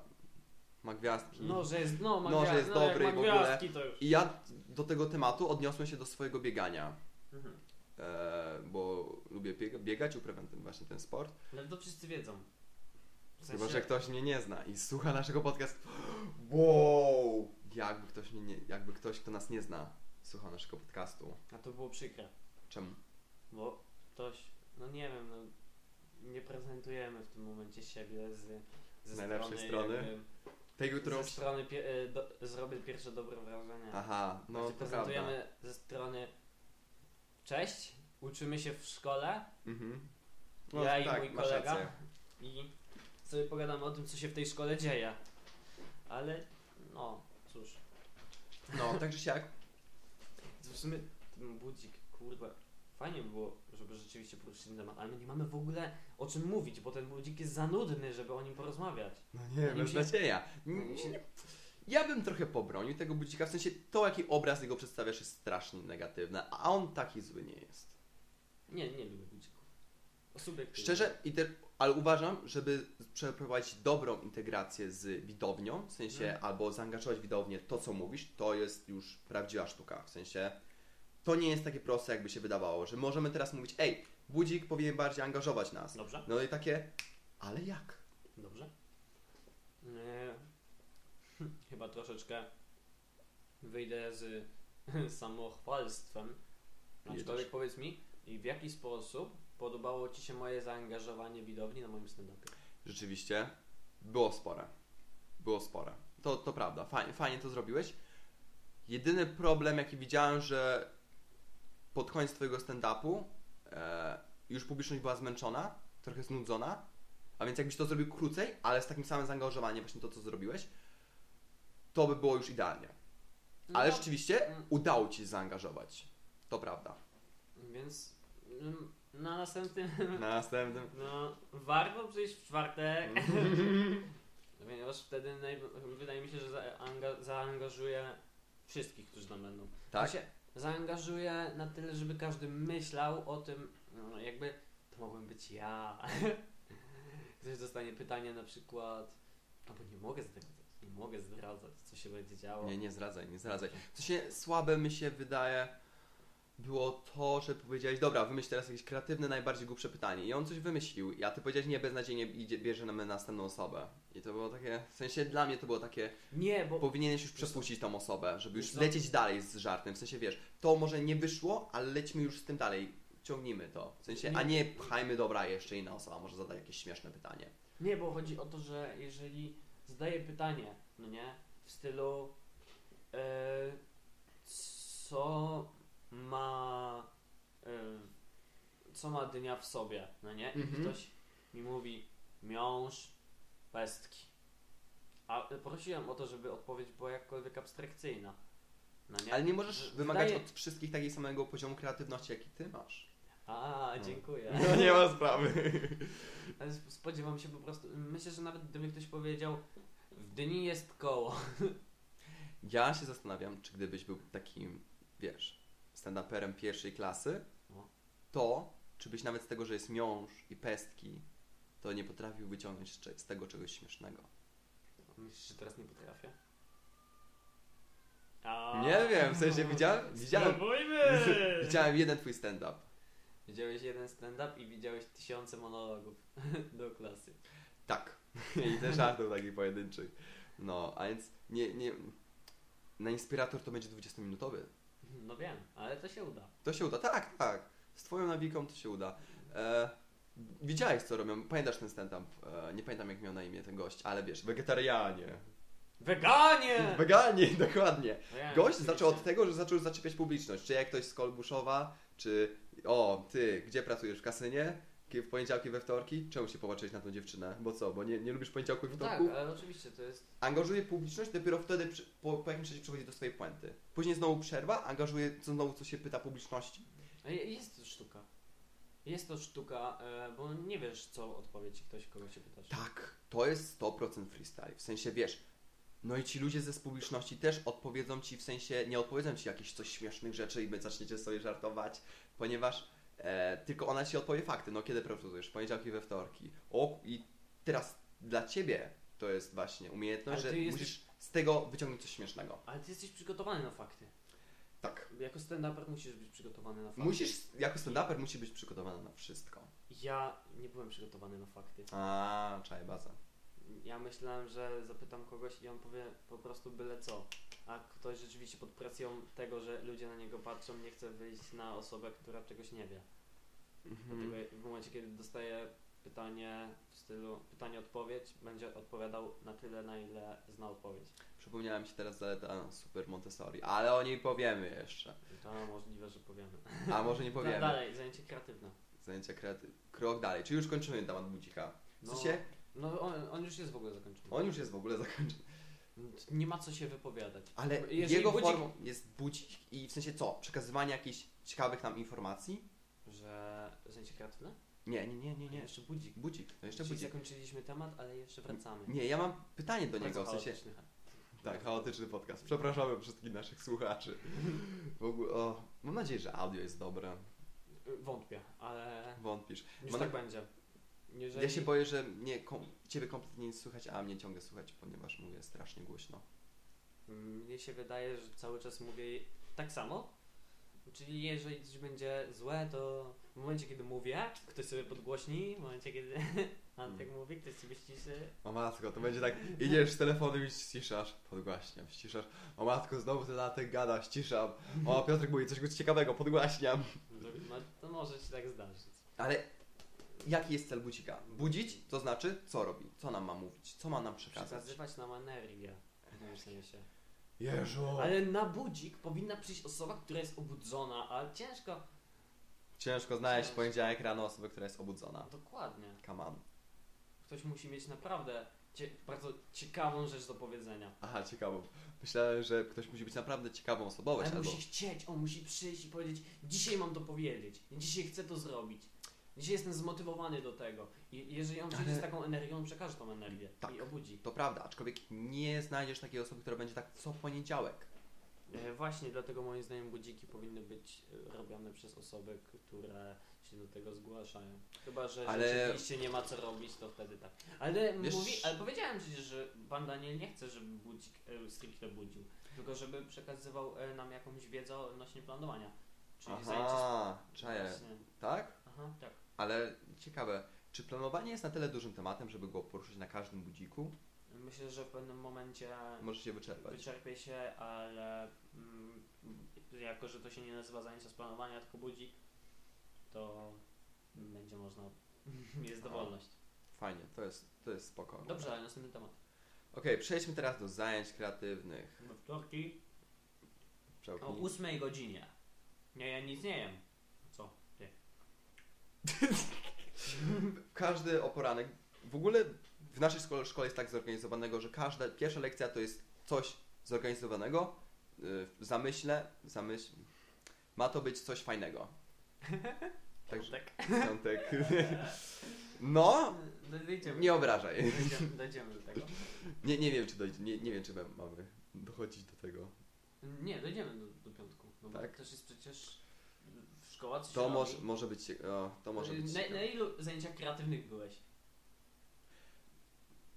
ma gwiazdki.
No, że jest. No, ma
No, że
gwiazd-
jest
no, jak
dobry
ma
w ogóle.
gwiazdki, to już.
I ja do tego tematu odniosłem się do swojego biegania.
Mhm.
e, bo lubię biega, biegać, uprawiam ten właśnie ten sport.
Ale to wszyscy wiedzą. W sensie,
Chyba, że ktoś mnie nie zna i słucha naszego podcastu. Wow! Jakby ktoś, mnie nie, jakby ktoś, kto nas nie zna, słuchał naszego podcastu.
A to było przykre,
Czemu?
bo ktoś. No nie wiem, no. Nie prezentujemy w tym momencie siebie z. Ze
Najlepszej
strony.
strony?
jakby-
Tej, którą...
Ze strony pie- e, do, zrobię pierwsze dobre wrażenie.
Aha, no
Znaczy,
to prawda.
prezentujemy ze strony cześć, uczymy się w szkole
Mhm. tak,
Ja i mój
masz
kolega.
rację.
i sobie pogadamy o tym, co się w tej szkole dzieje. Ale no, cóż.
No, także siak.
W sumie ten budzik, kurwa, Fajnie by było, żeby rzeczywiście poruszyć ten temat, ale my nie mamy w ogóle o czym mówić, bo ten budzik jest za nudny, żeby o nim porozmawiać.
No nie,
Oni
bez
się- No
nadzieja.
oni się-
Nie- Ja bym trochę pobronił tego budzika, w sensie to, jaki obraz jego przedstawiasz jest strasznie negatywny, a on taki zły nie jest.
Nie, nie lubię budzików. Subiektywnie.
Szczerze, inter... ale uważam, żeby przeprowadzić dobrą integrację z widownią, w sensie
Mhm.
albo zaangażować widownię to, co mówisz, to jest już prawdziwa sztuka. W sensie to nie jest takie proste, jakby się wydawało, że możemy teraz mówić, ej, budzik powinien bardziej angażować nas.
Dobrze,
No i takie, ale jak?
dobrze. Nie. Chyba troszeczkę wyjdę z samochwalstwem. Aczkolwiek
Jedziesz.
powiedz mi, i w jaki sposób podobało Ci się moje zaangażowanie widowni na moim stand-upie?
Rzeczywiście, było spore. Było spore. To, to prawda, fajnie, fajnie to zrobiłeś. Jedyny problem, jaki widziałem, że pod koniec Twojego stand-upu e, już publiczność była zmęczona, trochę znudzona, a więc jakbyś to zrobił krócej, ale z takim samym zaangażowaniem, właśnie to, co zrobiłeś, to by było już idealnie.
No
Ale
to-
rzeczywiście
Mm.
udało Ci się zaangażować. To prawda.
Więc mm, na następnym.
Na następnym...
No, warto przyjść w czwartek. Ponieważ wtedy naj... wydaje mi się, że zaanga... zaangażuję wszystkich, którzy tam będą.
Tak?
Znaczy, zaangażuję na tyle, żeby każdy myślał o tym, no, jakby to mogłem być ja. Ktoś dostanie pytanie na przykład, albo nie mogę zdradzać, nie mogę zdradzać, co się będzie działo.
Nie, nie zdradzaj, nie zdradzaj. Co się słabe mi się wydaje było to, że powiedziałeś, dobra, wymyśl teraz jakieś kreatywne, najbardziej głupsze pytanie. I on coś wymyślił, a ty powiedziałeś, nie, beznadziejnie idzie, bierzemy następną osobę. I to było takie, w sensie dla mnie to było takie,
Nie, bo
powinieneś już przepuścić tą osobę, żeby
Wiesz
już
No. co?
lecieć dalej z żartem. W sensie, wiesz, to może nie wyszło, ale lećmy już z tym dalej, ciągnijmy to. W sensie, a nie pchajmy, dobra, jeszcze inna osoba może zada jakieś śmieszne pytanie.
Nie, bo chodzi o to, że jeżeli zadaję pytanie, no nie, w stylu e, co ma e, co ma dnia w sobie, no nie, i
Mhm.
ktoś mi mówi miąż pestki. A prosiłem o to, żeby odpowiedź była jakkolwiek abstrakcyjna. No nie?
Ale nie możesz
Że-
wymagać
wydaje-
od wszystkich takiego samego poziomu kreatywności, jaki ty masz.
A,
No.
dziękuję.
nie ma sprawy.
Ale sp- spodziewam się po prostu. Myślę, że nawet gdyby ktoś powiedział w dni jest koło.
Ja się zastanawiam, czy gdybyś był takim, wiesz, stand-uperem pierwszej klasy,
No.
to czy byś nawet z tego, że jest miąż i pestki, to nie potrafił wyciągnąć z cze- z tego czegoś śmiesznego.
Myślisz, że teraz nie potrafię? A...
Nie wiem, w sensie widziałem, widziałem,
Spróbujmy!
widziałem jeden twój stand-up.
Widziałeś jeden stand-up i widziałeś tysiące monologów do klasy.
Tak. I też żartów takich pojedynczych. No, a więc nie, nie, na inspirator to będzie 20-minutowy.
No wiem, ale to się uda.
To się uda, tak, tak. Z twoją nawiką to się uda. E, widziałeś co robią, pamiętasz ten stand-up, e, nie pamiętam jak miał na imię ten gość, ale wiesz, wegetarianie.
Weganie! No
Weganie, dokładnie.
Wiem,
Gość zaczął od
oczywiście.
tego, że zaczął zaczepiać publiczność, czy jak ktoś z Kolbuszowa, czy o, ty, gdzie pracujesz, w kasynie? Ki- W poniedziałki, we wtorki? Czemu się popatrzeć na tą dziewczynę? Bo co, bo nie, nie lubisz poniedziałku i
No
wtorku?
tak, ale oczywiście to jest.
Angażuje publiczność, dopiero wtedy przy, po, po jakimś czasie przechodzi do swojej puenty. Później znowu przerwa, angażuje co znowu co się pyta publiczności.
je- Jest to sztuka. Jest to sztuka, e, bo nie wiesz, co odpowie ci ktoś, kogo się pytasz.
Tak, to jest 100% freestyle. W sensie wiesz, no i ci ludzie ze z publiczności też odpowiedzą ci, w sensie nie odpowiedzą ci jakichś coś śmiesznych rzeczy i my zaczniecie sobie żartować, ponieważ e, tylko ona ci odpowie fakty. No kiedy pracujesz? W Poniedziałki, we wtorki. O, i teraz dla ciebie to jest właśnie umiejętność,
Ale
że
ty jesteś-
musisz z tego wyciągnąć coś śmiesznego.
Ale ty jesteś przygotowany na fakty.
Tak.
Jako stand-upper musisz być przygotowany na fakty.
Musisz, jako stand-uper, musisz być przygotowany na wszystko.
Ja nie byłem przygotowany na fakty.
A, czaj baza.
Ja myślałem, że zapytam kogoś i on powie po prostu byle co. A ktoś rzeczywiście pod presją tego, że ludzie na niego patrzą, nie chce wyjść na osobę, która czegoś nie wie.
Mhm.
Dlatego w momencie, kiedy dostaje pytanie w stylu pytanie-odpowiedź, będzie odpowiadał na tyle, na ile zna odpowiedź.
Przypomniała mi się teraz zaleta Super Montessori, ale o niej powiemy jeszcze.
I to możliwe, że powiemy.
A może nie
Da,
powiemy.
dalej, zajęcie kreatywne.
Zajęcia kreaty... Krok dalej, czyli już kończymy temat budzika. W
No,
sensie,
no on, on już jest w ogóle zakończony.
on już jest w ogóle zakończony.
Nie ma co się wypowiadać.
Ale
Jeżeli
jego
budzik-
formą jest budzik i w sensie co? Przekazywanie jakichś ciekawych nam informacji
że zajęcie kreatywne?
Nie, nie, nie, nie,
Nie,
nie.
jeszcze budzik.
Budzik, to jeszcze
Czyli
budzik.
zakończyliśmy temat, ale jeszcze wracamy.
Nie, ja mam pytanie do
Bardzo
niego, w sensie...
chaotyczny.
Tak, chaotyczny podcast. Przepraszamy wszystkich naszych słuchaczy. W ogóle, o, mam nadzieję, że audio jest dobre.
Y, Wątpię, ale
Wątpisz.
już
Ma-
tak będzie. Jeżeli...
Ja się boję, że mnie, kom, ciebie kompletnie nie słychać, a mnie ciągle słychać, ponieważ mówię strasznie głośno.
Mnie się wydaje, że cały czas mówię tak samo. Czyli jeżeli coś będzie złe, to w momencie, kiedy mówię, ktoś sobie podgłośni, w momencie, kiedy Antek
Mm.
mówi, ktoś sobie ściszy.
O matko, to będzie tak, idziesz z telefonem i ściszasz, podgłaśniam, ściszasz. O matko, znowu ten latek gada, ściszam. O, Piotrek mówi coś ciekawego, podgłaśniam.
To, no, to może się tak zdarzyć.
Ale jaki jest cel budzika? Budzić, to znaczy, co robi? Co nam ma mówić? Co ma nam przekazać?
Przekazywać nam energię. W tym sensie.
Jeżu!
Ale na budzik powinna przyjść osoba, która jest obudzona, a ciężko.
Ciężko znaleźć w
Ciężko.
poniedziałek rano osobę, która jest obudzona.
Dokładnie.
Come on.
Ktoś musi mieć naprawdę cie- bardzo ciekawą rzecz do powiedzenia.
Aha, ciekawą. Myślałem, że ktoś musi być naprawdę ciekawą osobowość,
Ale
albo...
musi chcieć, on musi przyjść i powiedzieć, dzisiaj mam to powiedzieć, dzisiaj chcę to zrobić. Dzisiaj jestem zmotywowany do tego. I jeżeli on przyjdzie
Ale-
z taką energią, on przekaże tą energię
Tak.
i obudzi.
To prawda, aczkolwiek nie znajdziesz takiej osoby, która będzie tak co poniedziałek.
E, właśnie dlatego moim zdaniem budziki powinny być e, robione przez osoby, które się do tego zgłaszają. Chyba, że
Ale-
rzeczywiście nie ma co robić, to wtedy tak. Ale,
Wiesz-
mówi, ale powiedziałem przecież, że pan Daniel nie chce, żeby budzik e, stricte budził, tylko żeby przekazywał e, nam jakąś wiedzę odnośnie planowania. Czyli zajęcie z...
Aha, czaję.
Właśnie.
Tak?
Aha, tak.
Ale ciekawe, czy planowanie jest na tyle dużym tematem, żeby go poruszyć na każdym budziku?
Myślę, że w pewnym momencie
Może się wyczerpać.
wyczerpie się, ale mm, jako, że to się nie nazywa zajęcia z planowania, tylko budzik, to będzie można. Jest dowolność.
Fajnie, to jest, to jest spoko.
Dobrze, ale następny temat.
Okej, przejdźmy teraz do zajęć kreatywnych.
We wtorki o
Przełknij.
8 godzinie. Nie, ja nic nie jem. Co? Ty.
Każdy o poranek, w ogóle w naszej szkole, szkole jest tak zorganizowanego, że każda pierwsza lekcja to jest coś zorganizowanego y, w zamyśle, w zamyśl... Ma to być coś fajnego. Także-
Piątek.
Piątek. No,
Do- Dojdziemy.
nie obrażaj.
Dojdziemy, dojdziemy do tego.
Nie, nie wiem, czy dojdzie, nie, nie wiem, czy my- mamy dochodzić do tego.
Nie, dojdziemy do, do piątku. No bo
Tak.
tak. też jest przecież szkoła coś
To
robi. Y,
może, może być, cie- o, to może być
na, na
ciekawe.
ilu zajęciach kreatywnych byłeś?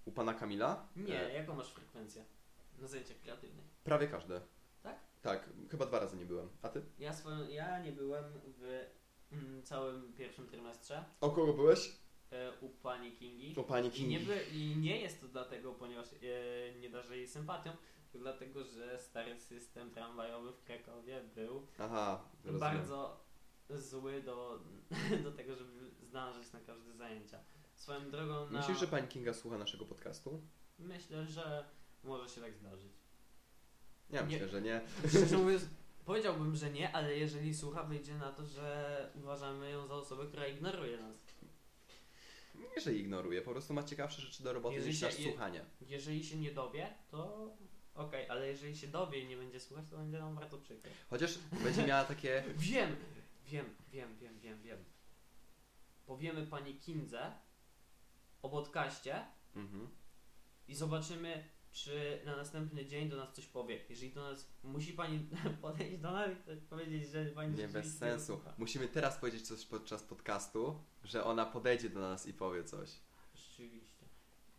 U pana Kamila?
Nie,
E,
jaką masz frekwencję na zajęciach kreatywnych?
Prawie każde.
Tak?
Tak, chyba dwa razy nie byłem. A ty?
Ja, swoją, ja nie byłem w mm, całym pierwszym trymestrze
O kogo byłeś?
e, u pani Kingi.
O pani
I nie,
Kingi.
by, I nie jest to dlatego, ponieważ e, nie darzę jej sympatią, tylko dlatego, że stary system tramwajowy w Krakowie był
Aha, rozumiem.
bardzo zły do, do tego, żeby zdążyć na każde zajęcia. Swoją drogą na...
Myślisz, że pani Kinga słucha naszego podcastu?
Myślę, że może się tak zdarzyć.
Ja
Nie.
myślę, że nie.
Szczerze mówiąc, powiedziałbym, że nie, ale jeżeli słucha, wyjdzie na to, że uważamy ją za osobę, która ignoruje nas.
Nie, że ignoruję, po prostu ma ciekawsze rzeczy do roboty
Jeżeli
niż
się-
nasz
je-
słuchanie.
Jeżeli się nie dowie, to okej, ale jeżeli się dowie i nie będzie słuchać, to będzie nam bardzo przykro.
Chociaż będzie miała takie...
Wiem, wiem, wiem, wiem, wiem, wiem. Powiemy pani Kindze o podcaście
Mhm.
i zobaczymy, czy na następny dzień do nas coś powie. Jeżeli do nas, musi pani podejść do nas i powiedzieć, że pani
Nie bez
rzeczywiście
sensu.
słucha.
Musimy teraz powiedzieć coś podczas podcastu, że ona podejdzie do nas i powie coś.
Rzeczywiście.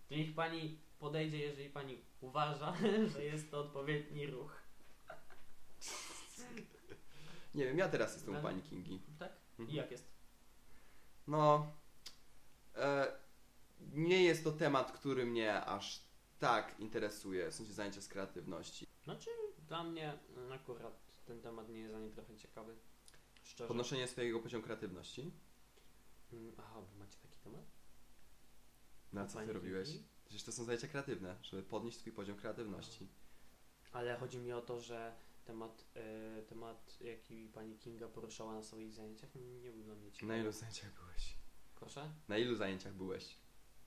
To niech pani podejdzie, jeżeli pani uważa, że jest to odpowiedni ruch.
Nie wiem, ja teraz jestem u
Ale-
pani Kingi.
Tak? I
Mhm.
jak jest?
No. E, nie jest to temat, który mnie aż tak interesuje, w sensie zajęcia z kreatywności.
Znaczy, Dla mnie mm, akurat ten temat nie jest ani trochę ciekawy. Szczerze.
Podnoszenie swojego poziomu kreatywności.
Mm, Aha, bo macie taki temat?
Na
U
co
pani
ty
Kingi?
robiłeś? Przecież to są zajęcia kreatywne, żeby podnieść swój poziom kreatywności.
Ale chodzi mi o to, że temat, y, temat jaki pani Kinga poruszała na swoich zajęciach, nie był dla mnie ciekawy.
Na ilu zajęciach byłeś?
Proszę?
Na ilu zajęciach byłeś?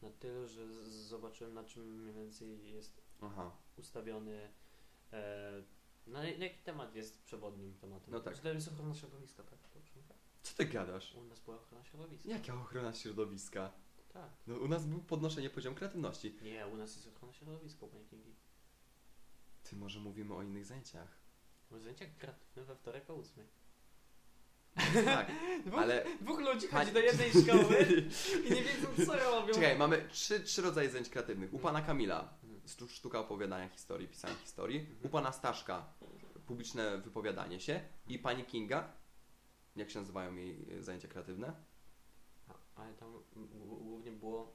Na tyle, że z- zobaczyłem na czym mniej więcej jest
Aha.
ustawiony. E, na, na jaki temat jest przewodnim tematem?
No tak.
Cztery synchrona środowiska, tak? Dobrze.
Co Co ty gadasz?
U nas była ochrona środowiska.
Jaka ochrona środowiska?
Tak.
No u nas był podnoszenie poziomu kreatywności.
Nie, u nas jest ochrona środowiska, panie Kingi.
Ty może mówimy o innych zajęciach.
Bo zajęcia kreatywne we wtorek o ósmej.
Tak,
Dwóch,
ale...
dwóch ludzi
Pani-
chodzi do jednej szkoły i nie wiedzą co robią.
Czekaj, mamy trzy, trzy rodzaje zajęć kreatywnych. U pana Kamila
Mhm.
stu- sztuka opowiadania historii, pisania historii.
Mhm.
U pana Staszka publiczne wypowiadanie się. I pani Kinga, jak się nazywają jej e, zajęcia kreatywne?
A, ale tam g- głównie było,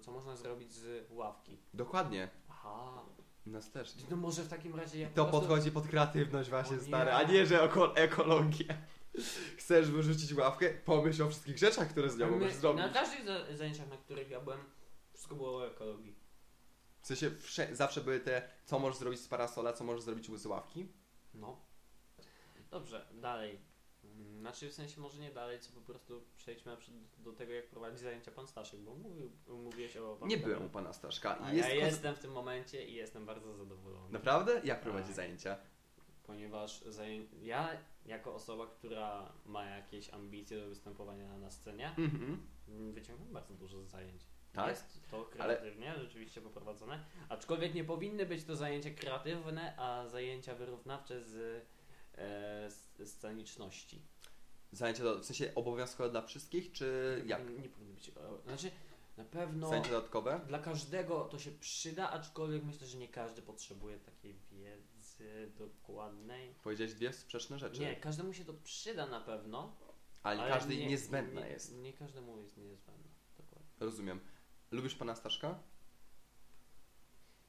co można zrobić z ławki.
Dokładnie,
Aha.
u nas też.
No może w takim razie ja
To
po prostu-
podchodzi pod kreatywność właśnie,
O nie.
stary, a nie, że oko- ekologię. Chcesz wyrzucić ławkę? Pomyśl o wszystkich rzeczach, które z nią
My-
możesz zrobić.
Na każdych za- zajęciach, na których ja byłem, wszystko było o ekologii.
W sensie wsze- zawsze były te, co możesz zrobić z parasola, co możesz zrobić z ławki.
No. Dobrze, dalej. Mm, Znaczy w sensie może nie dalej, co po prostu przejdźmy na przykład do tego, jak prowadzi zajęcia pan Staszek, bo mówił, mówiłeś o tak. panu
Nie
Kamil.
byłem u pana Staszka.
A
i
ja
ko-
jestem w tym momencie i jestem bardzo zadowolony.
Naprawdę? Jak prowadzi
Tak.
zajęcia?
Ponieważ zaję... ja, jako osoba, która ma jakieś ambicje do występowania na scenie,
Mhm.
mm, wyciągam bardzo dużo z zajęć.
Tak?
Jest to kreatywnie rzeczywiście poprowadzone, aczkolwiek nie powinny być to zajęcia kreatywne, a zajęcia wyrównawcze z e, s- sceniczności.
Zajęcia do, w sensie obowiązkowe dla wszystkich, czy E, jak?
Nie, nie powinny być. e, Znaczy, na pewno
Zajęcia dodatkowe?
dla każdego to się przyda, aczkolwiek myślę, że nie każdy potrzebuje takiej wiedzy dokładnej.
Powiedziałeś dwie sprzeczne rzeczy.
Nie, każdemu się to przyda na pewno.
Znaczy- ale,
ale
każdej
nie-
niezbędna
nie,
jest.
Nie każdemu jest niezbędna. Dokładnie.
Rozumiem. Lubisz pana Staszka?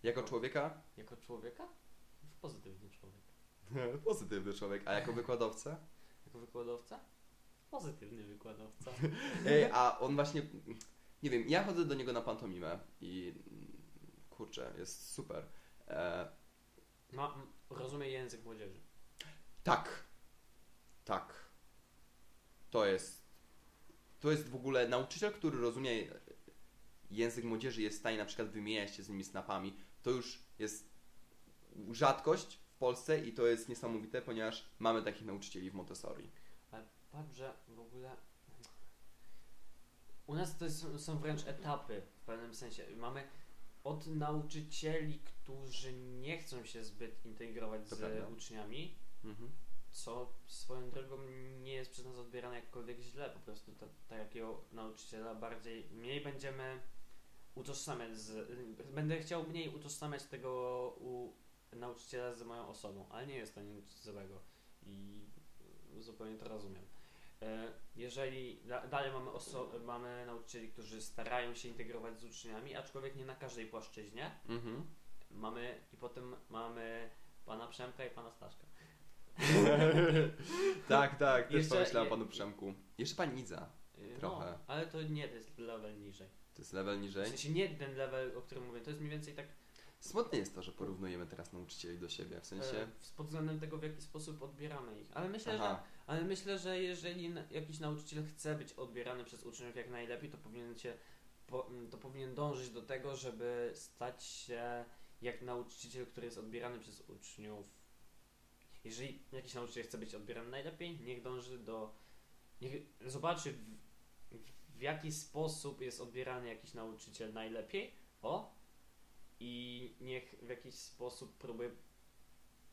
Jako człowieka?
Jako człowieka? Pozytywny człowiek.
Pozytywny człowiek. A jako wykładowca?
Jako wykładowca? Pozytywny wykładowca.
Ej, a on właśnie, nie wiem, ja chodzę do niego na pantomimę i mm, kurczę, jest super. E,
Ma, m- rozumie język młodzieży.
tak, tak. To jest, to jest w ogóle nauczyciel, który rozumie język młodzieży, jest w stanie na przykład wymieniać się z nimi snapami. To już jest rzadkość w Polsce i to jest niesamowite, ponieważ mamy takich nauczycieli w Montessori.
Ale patrz, że w ogóle... U nas to są, są wręcz etapy w pewnym sensie. Mamy od nauczycieli, którzy nie chcą się zbyt integrować
To
z
prawda.
uczniami,
Mhm.
co swoją drogą nie jest przez nas odbierane jakkolwiek źle, po prostu ta- takiego nauczyciela bardziej, mniej będziemy utożsamiać z, będę chciał mniej utożsamiać tego u nauczyciela z moją osobą, ale nie jest to nic złego i zupełnie to rozumiem. E, Jeżeli da, dalej mamy, oso- mamy nauczycieli, którzy starają się integrować z uczniami, aczkolwiek nie na każdej płaszczyźnie,
Mhm.
mamy i potem mamy pana Przemka i pana Staszka.
tak, tak, też
Jeszcze-
pomyślałem o
je-
panu Przemku. Jeszcze pani Nidza.
Y,
Trochę.
No, ale to nie jest level niżej.
To jest level
W
niżej.
sensie nie ten level, o którym mówię, to jest mniej więcej tak
Smutne jest to, że porównujemy teraz nauczycieli do siebie, w sensie...
e, pod względem tego, w jaki sposób odbieramy ich. Ale myślę, że,
Aha,
ale myślę, że jeżeli n- jakiś nauczyciel chce być odbierany przez uczniów jak najlepiej, to powinien się, po, m, to powinien dążyć do tego, żeby stać się jak nauczyciel, który jest odbierany przez uczniów. Jeżeli jakiś nauczyciel chce być odbierany najlepiej, niech dąży do. Niech zobaczy, w, w jaki sposób jest odbierany jakiś nauczyciel najlepiej. O! I niech w jakiś sposób próbuje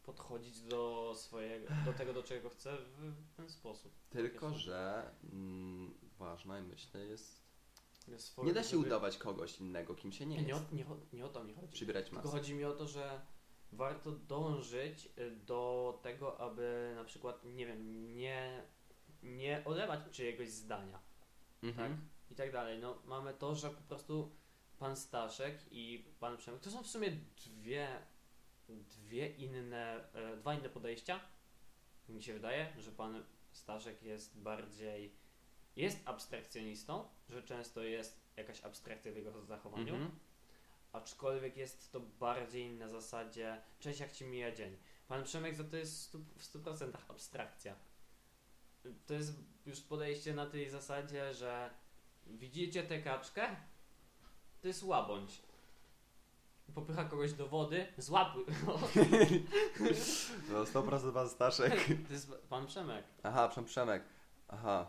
podchodzić do swojego, do tego, do czego chce w ten sposób.
tylko
Jasne.
że mm, ważna i myślę jest...
Swoje-
Nie da się
żeby-
udawać kogoś innego, kim się nie
Nie,
jest.
o- nie, o- nie o to mi chodzi.
Przybierać
Tylko
masę.
chodzi mi o to, że warto dążyć y, do tego, aby na przykład, nie wiem, nie, nie olewać czyjegoś zdania
Mhm.
i tak dalej. No, mamy to, że po prostu pan Staszek i pan Przemek, to są w sumie dwie, dwie inne, e, dwa inne podejścia. Mi się wydaje, że pan Staszek jest bardziej, jest abstrakcjonistą, że często jest jakaś abstrakcja w jego zachowaniu.
Mhm.
Aczkolwiek jest to bardziej na zasadzie Cześć, jak ci mija dzień. Pan Przemek za to jest stu- w 100% abstrakcja. To jest już podejście na tej zasadzie, że widzicie tę kaczkę? To jest łabądź. Popycha kogoś do wody, złapuj.
To 100% pan Staszek. Tak.
to jest pan Przemek.
Aha, Przem Przemek. Aha.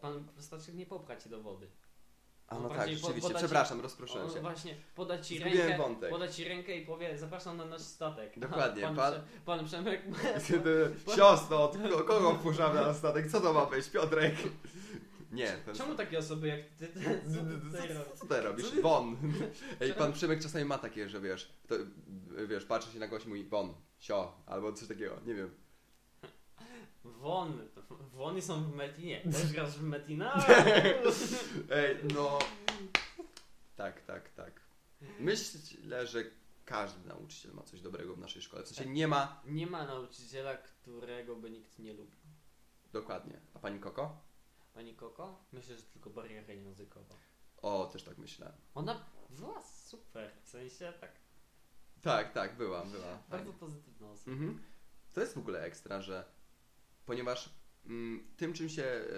Pan starczyk nie popcha cię do wody.
A
On
no tak,
bardziej po-
rzeczywiście.
poda ci-
Przepraszam, rozproszyłem
On
się.
właśnie poda ci
Zgubiłem
rękę,
wątek.
poda ci rękę i powie zapraszam na nasz statek.
Dokładnie,
Pan,
pan-
pan... Prze, pan Przemek...
Kiedy siostro, od ko- kogo wpuszczamy na statek? Co to ma być? Piotrek? Nie. ten-
Czemu takie osoby jak ty, ty, ty,
Co
ty,
ty-
ty robisz?
Co ty robisz?
ty-
Bon. Ej, pan Przemek czasami ma takie, że wiesz, to, wiesz, patrzy się na gości i mówi bon, sio, albo coś takiego, nie wiem.
Won. Wony są w Metinie. Też grasz w no. Metina?
Ej, no. Tak, tak, tak. Myślę, że każdy nauczyciel ma coś dobrego w naszej szkole. W sensie nie ma
Nie ma nauczyciela, którego by nikt nie lubił.
dokładnie. A pani Koko?
Pani Koko? Myślę, że tylko bariera językowa.
O, też tak myślę.
Ona była super. W sensie tak
Tak, tak, była, była.
bardzo
Fajnie.
pozytywna osoba.
Mhm. To jest w ogóle ekstra, że ponieważ mm, tym, czym się e,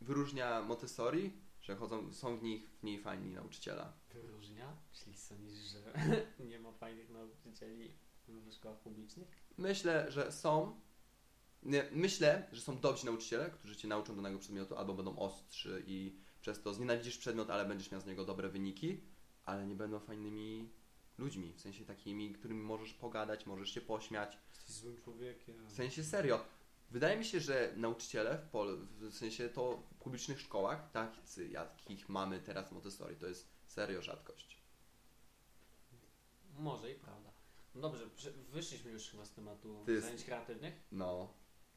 wyróżnia Montessori, że chodzą, są w, nich, w niej fajni nauczyciela.
Wyróżnia? Czyli sądzisz, że nie ma fajnych nauczycieli w szkołach publicznych?
Myślę, że są. Nie, myślę, że są dobrzy nauczyciele, którzy cię nauczą danego przedmiotu albo będą ostrzy i przez to znienawidzisz przedmiot, ale będziesz miał z niego dobre wyniki, ale nie będą fajnymi ludźmi, w sensie takimi, którymi możesz pogadać, możesz się pośmiać.
Jesteś złym człowiekiem.
W sensie serio. Wydaje mi się, że nauczyciele w, Pol- w sensie to w publicznych szkołach, tacy jakich mamy teraz w Montessori, to jest serio rzadkość.
Może i prawda. No dobrze, prze- wyszliśmy już chyba z tematu
Ty jest-
zajęć kreatywnych.
No,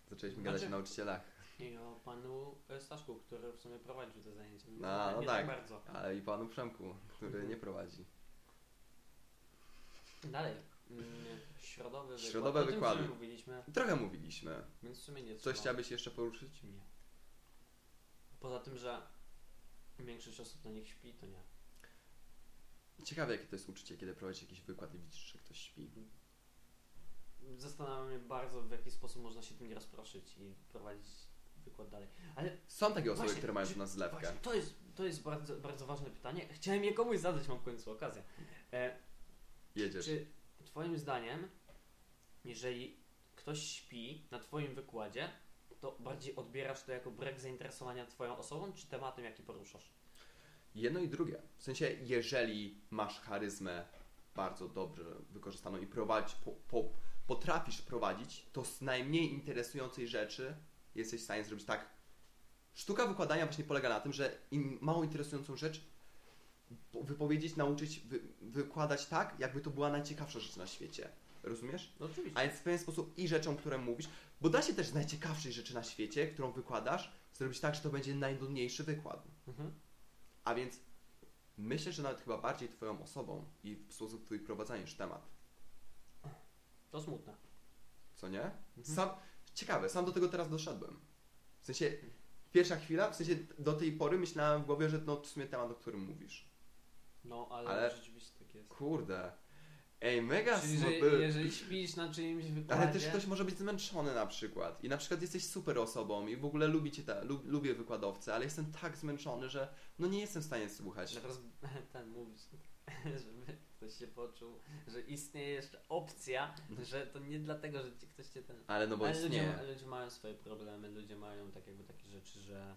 zaczęliśmy gadać
Znaczy-
o nauczycielach,
I o panu e, Staszku, który w sumie prowadził te zajęcia.
No,
Nie-
no
nie
tak.
tak bardzo.
ale i panu Przemku, który
Mhm.
nie prowadzi.
Dalej. Mm, środowy wykład.
Środowe
o tym
wykłady.
W sumie mówiliśmy,
Trochę mówiliśmy.
więc w sumie nie trzeba.
Coś chciałbyś jeszcze poruszyć?
Nie. Poza tym, że większość osób na nich śpi, to nie.
Ciekawe, jakie to jest uczucie, kiedy prowadzisz jakiś wykład i widzisz, że ktoś śpi.
Zastanawiam się bardzo, w jaki sposób można się tym nie rozproszyć i prowadzić wykład dalej. Ale
Są takie osoby,
Właśnie,
które mają
czy-
na zlewkę.
Właśnie, to jest, to jest bardzo, bardzo ważne pytanie. Chciałem je komuś zadać, mam w końcu okazję. E,
Jedziesz.
Czy Twoim zdaniem, jeżeli ktoś śpi na Twoim wykładzie, to bardziej odbierasz to jako brak zainteresowania Twoją osobą, czy tematem, jaki poruszasz?
Jedno i drugie. W sensie, jeżeli masz charyzmę bardzo dobrze wykorzystaną i prowadzi, po, po, potrafisz prowadzić, to z najmniej interesującej rzeczy jesteś w stanie zrobić tak. Sztuka wykładania właśnie polega na tym, że im mało interesującą rzecz po- wypowiedzieć, nauczyć, wy, wykładać tak, jakby to była najciekawsza rzecz na świecie. Rozumiesz?
No oczywiście.
A więc w pewien sposób i rzeczą, które mówisz, bo da się też z najciekawszej rzeczy na świecie, którą wykładasz, zrobić tak, że to będzie najnudniejszy wykład.
Mhm.
A więc myślę, że nawet chyba bardziej twoją osobą i w sposób twój prowadzeniesz temat,
To smutne.
co nie?
Mhm.
Sam, ciekawe, sam do tego teraz doszedłem. W sensie, pierwsza chwila, w sensie do tej pory myślałem w głowie, że no to w sumie temat, o którym mówisz.
No, ale,
Ale-
rzeczywiście tak jest.
Kurde. Ej, mega
Czyli, że
smutny.
jeżeli śpisz na czyimś wykładzie...
no, Ale też ktoś może być zmęczony na przykład. I na przykład jesteś super osobą i w ogóle lubicie ta, lub, lubię wykładowcę, ale jestem tak zmęczony, że no nie jestem w stanie słuchać.
Roz... Ten mówić, żeby ktoś się poczuł, że istnieje jeszcze opcja,
Mhm.
że to nie dlatego, że ci- ktoś cię ten
Ale no bo
ale ludzie,
istnieje.
ludzie mają swoje problemy, ludzie mają tak jakby takie rzeczy, że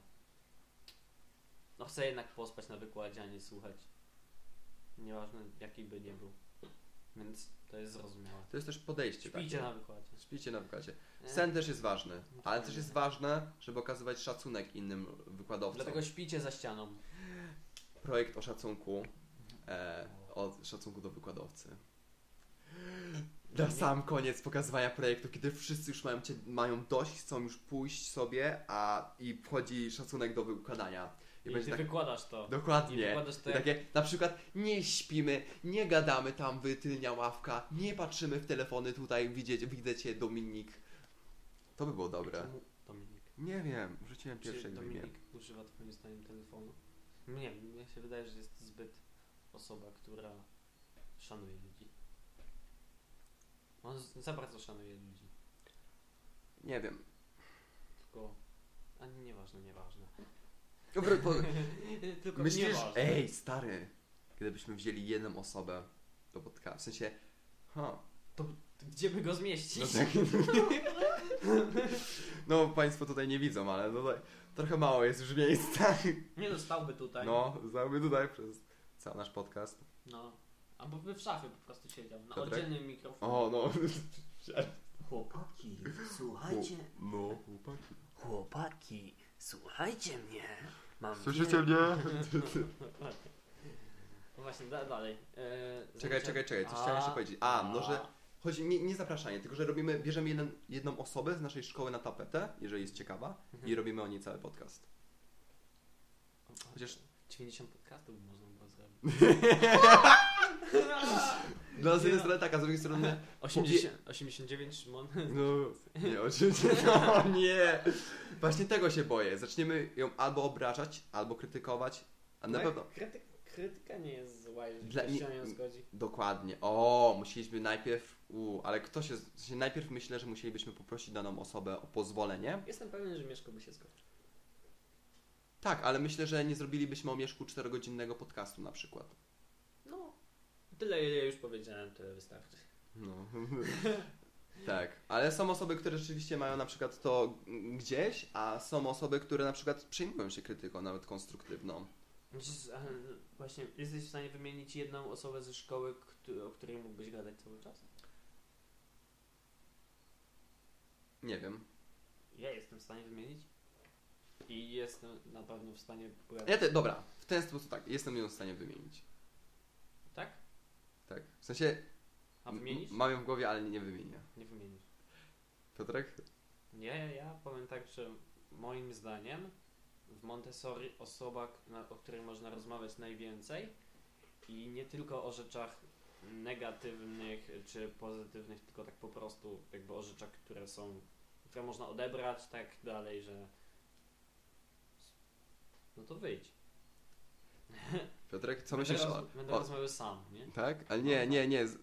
no chcę jednak pospać na wykładzie, a nie słuchać. Nieważne jaki by nie był. Więc to jest zrozumiałe.
To jest też podejście
Śpijcie
takie.
na wykładzie.
Śpijcie na wykładzie.
Nie?
Sen też jest ważny,
No to
ale
nie.
też jest ważne, żeby okazywać szacunek innym wykładowcom.
Dlatego śpijcie za ścianą.
Projekt o szacunku, e, o szacunku do wykładowcy. Na sam koniec pokazywania projektu, kiedy wszyscy już mają, cię, mają dość, chcą już pójść sobie, a i wchodzi szacunek do wykładania.
I, ty wykładasz to. I
tak- Dokładnie.
wykładasz to
I tak
jak-
takie, na przykład nie śpimy, nie gadamy tam wytylnia ławka, nie patrzymy w telefony tutaj, widzieć, widzę cię Dominik. To by było dobre.
Czemu Dominik.
Nie wiem, rzuciłem
Czy
pierwszego imię.
Dominik używa twoim zdaniem telefonu? No Nie wiem, mi się wydaje, że jest zbyt osoba, która szanuje ludzi. On z- za bardzo szanuje ludzi.
Nie wiem.
Tylko. A nie- nieważne, nieważne.
Dobra, po...
Tylko
Myślisz,
nieważne.
ej stary, gdybyśmy wzięli jedną osobę do podcastu, w sensie, ha,
to gdzie by go zmieścić?
No, tak. no Państwo tutaj nie widzą, ale no tutaj trochę mało jest już miejsca.
Nie dostałby tutaj.
No, znamy tutaj przez cały nasz podcast.
No. Albo by w szafie po prostu siedział, na
Piotrek?
oddzielnym mikrofonie.
O, no.
Chłopaki,
No, chłopaki.
Chłopaki, słuchajcie mnie. Mam
mnie?
No właśnie, da, dalej. E,
Czekaj,
zamierzam-
czekaj, czekaj, coś
A,
chciałem jeszcze powiedzieć. A, no że
a.
chodzi, nie, nie zapraszanie, tylko że robimy, bierzemy jeden, jedną osobę z naszej szkoły na tapetę, jeżeli jest ciekawa, i
Mhm.
robimy o niej cały podcast. Chociaż-
90 podcastów można było zrobić.
No, z
Nie
jednej
no.
strony tak, a z drugiej strony...
80, 89 Szymon.
No, nie, oczywiście, no nie. Właśnie tego się boję. Zaczniemy ją albo obrażać, albo krytykować, a na
Tak?
pewno...
Krytyk, krytyka nie jest zła, jeżeli
Dla-
ktoś się na
nie-
nią zgodzi.
Dokładnie. O, musieliśmy najpierw... U, ale kto się... w sensie Najpierw myślę, że musielibyśmy poprosić daną osobę o pozwolenie.
Jestem pewien, że Mieszko by się zgodził.
Tak, ale myślę, że nie zrobilibyśmy o Mieszku 4-godzinnego podcastu na przykład.
No, tyle ile już powiedziałem, tyle wystarczy.
No. tak, ale są osoby, które rzeczywiście mają na przykład to gdzieś, a są osoby, które na przykład przejmują się krytyką, nawet konstruktywną.
Jezus, ale Właśnie, jesteś w stanie wymienić jedną osobę ze szkoły, któ- o której mógłbyś gadać cały czas?
Nie wiem.
Ja jestem w stanie wymienić. I jestem na pewno w stanie pogadać.
Ja te, dobra, w ten sposób tak, jestem ją w stanie wymienić.
Tak?
Tak. W sensie
A
m-
wymienisz?
mam ją w głowie, ale nie, nie wymienię.
Nie wymienisz.
Piotrek?
Nie, ja powiem tak, że moim zdaniem w Montessori osoba, k- na, o której można rozmawiać najwięcej i nie tylko o rzeczach negatywnych czy pozytywnych, tylko tak po prostu jakby o rzeczach, które są, które można odebrać, tak dalej, że no to wyjdź.
Piotrek, co
będę
myślisz o...
roz, będę No,
o
rozmawiał sam, nie?
tak? Ale nie, nie, nie. z-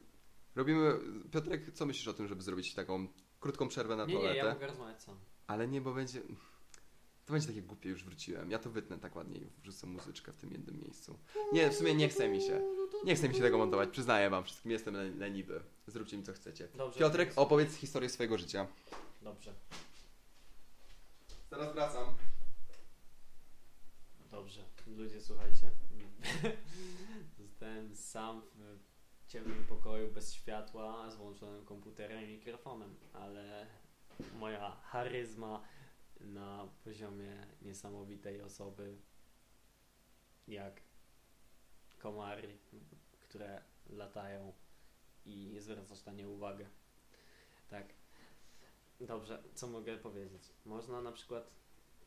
Robimy... Piotrek, co myślisz o tym, żeby zrobić taką krótką przerwę na
Nie, nie,
toaletę?
ja mogę rozmawiać sam.
Ale nie, bo będzie. To będzie takie głupie, już wróciłem. Ja to wytnę tak ładnie i wrzucę muzyczkę w tym jednym miejscu. Nie, w sumie nie chce mi się. Nie chce mi się tego montować, przyznaję wam wszystkim, jestem le- leniwy. Zróbcie mi co chcecie.
Dobrze.
Piotrek,
więc-
opowiedz historię swojego życia.
Dobrze,
Zaraz wracam.
dobrze. Ludzie, słuchajcie. Zostałem sam w ciemnym pokoju, bez światła, z włączonym komputerem i mikrofonem, ale moja charyzma na poziomie niesamowitej osoby, jak komary, które latają i nie zwracasz na nie uwagę. Tak. Dobrze, co mogę powiedzieć? Można na przykład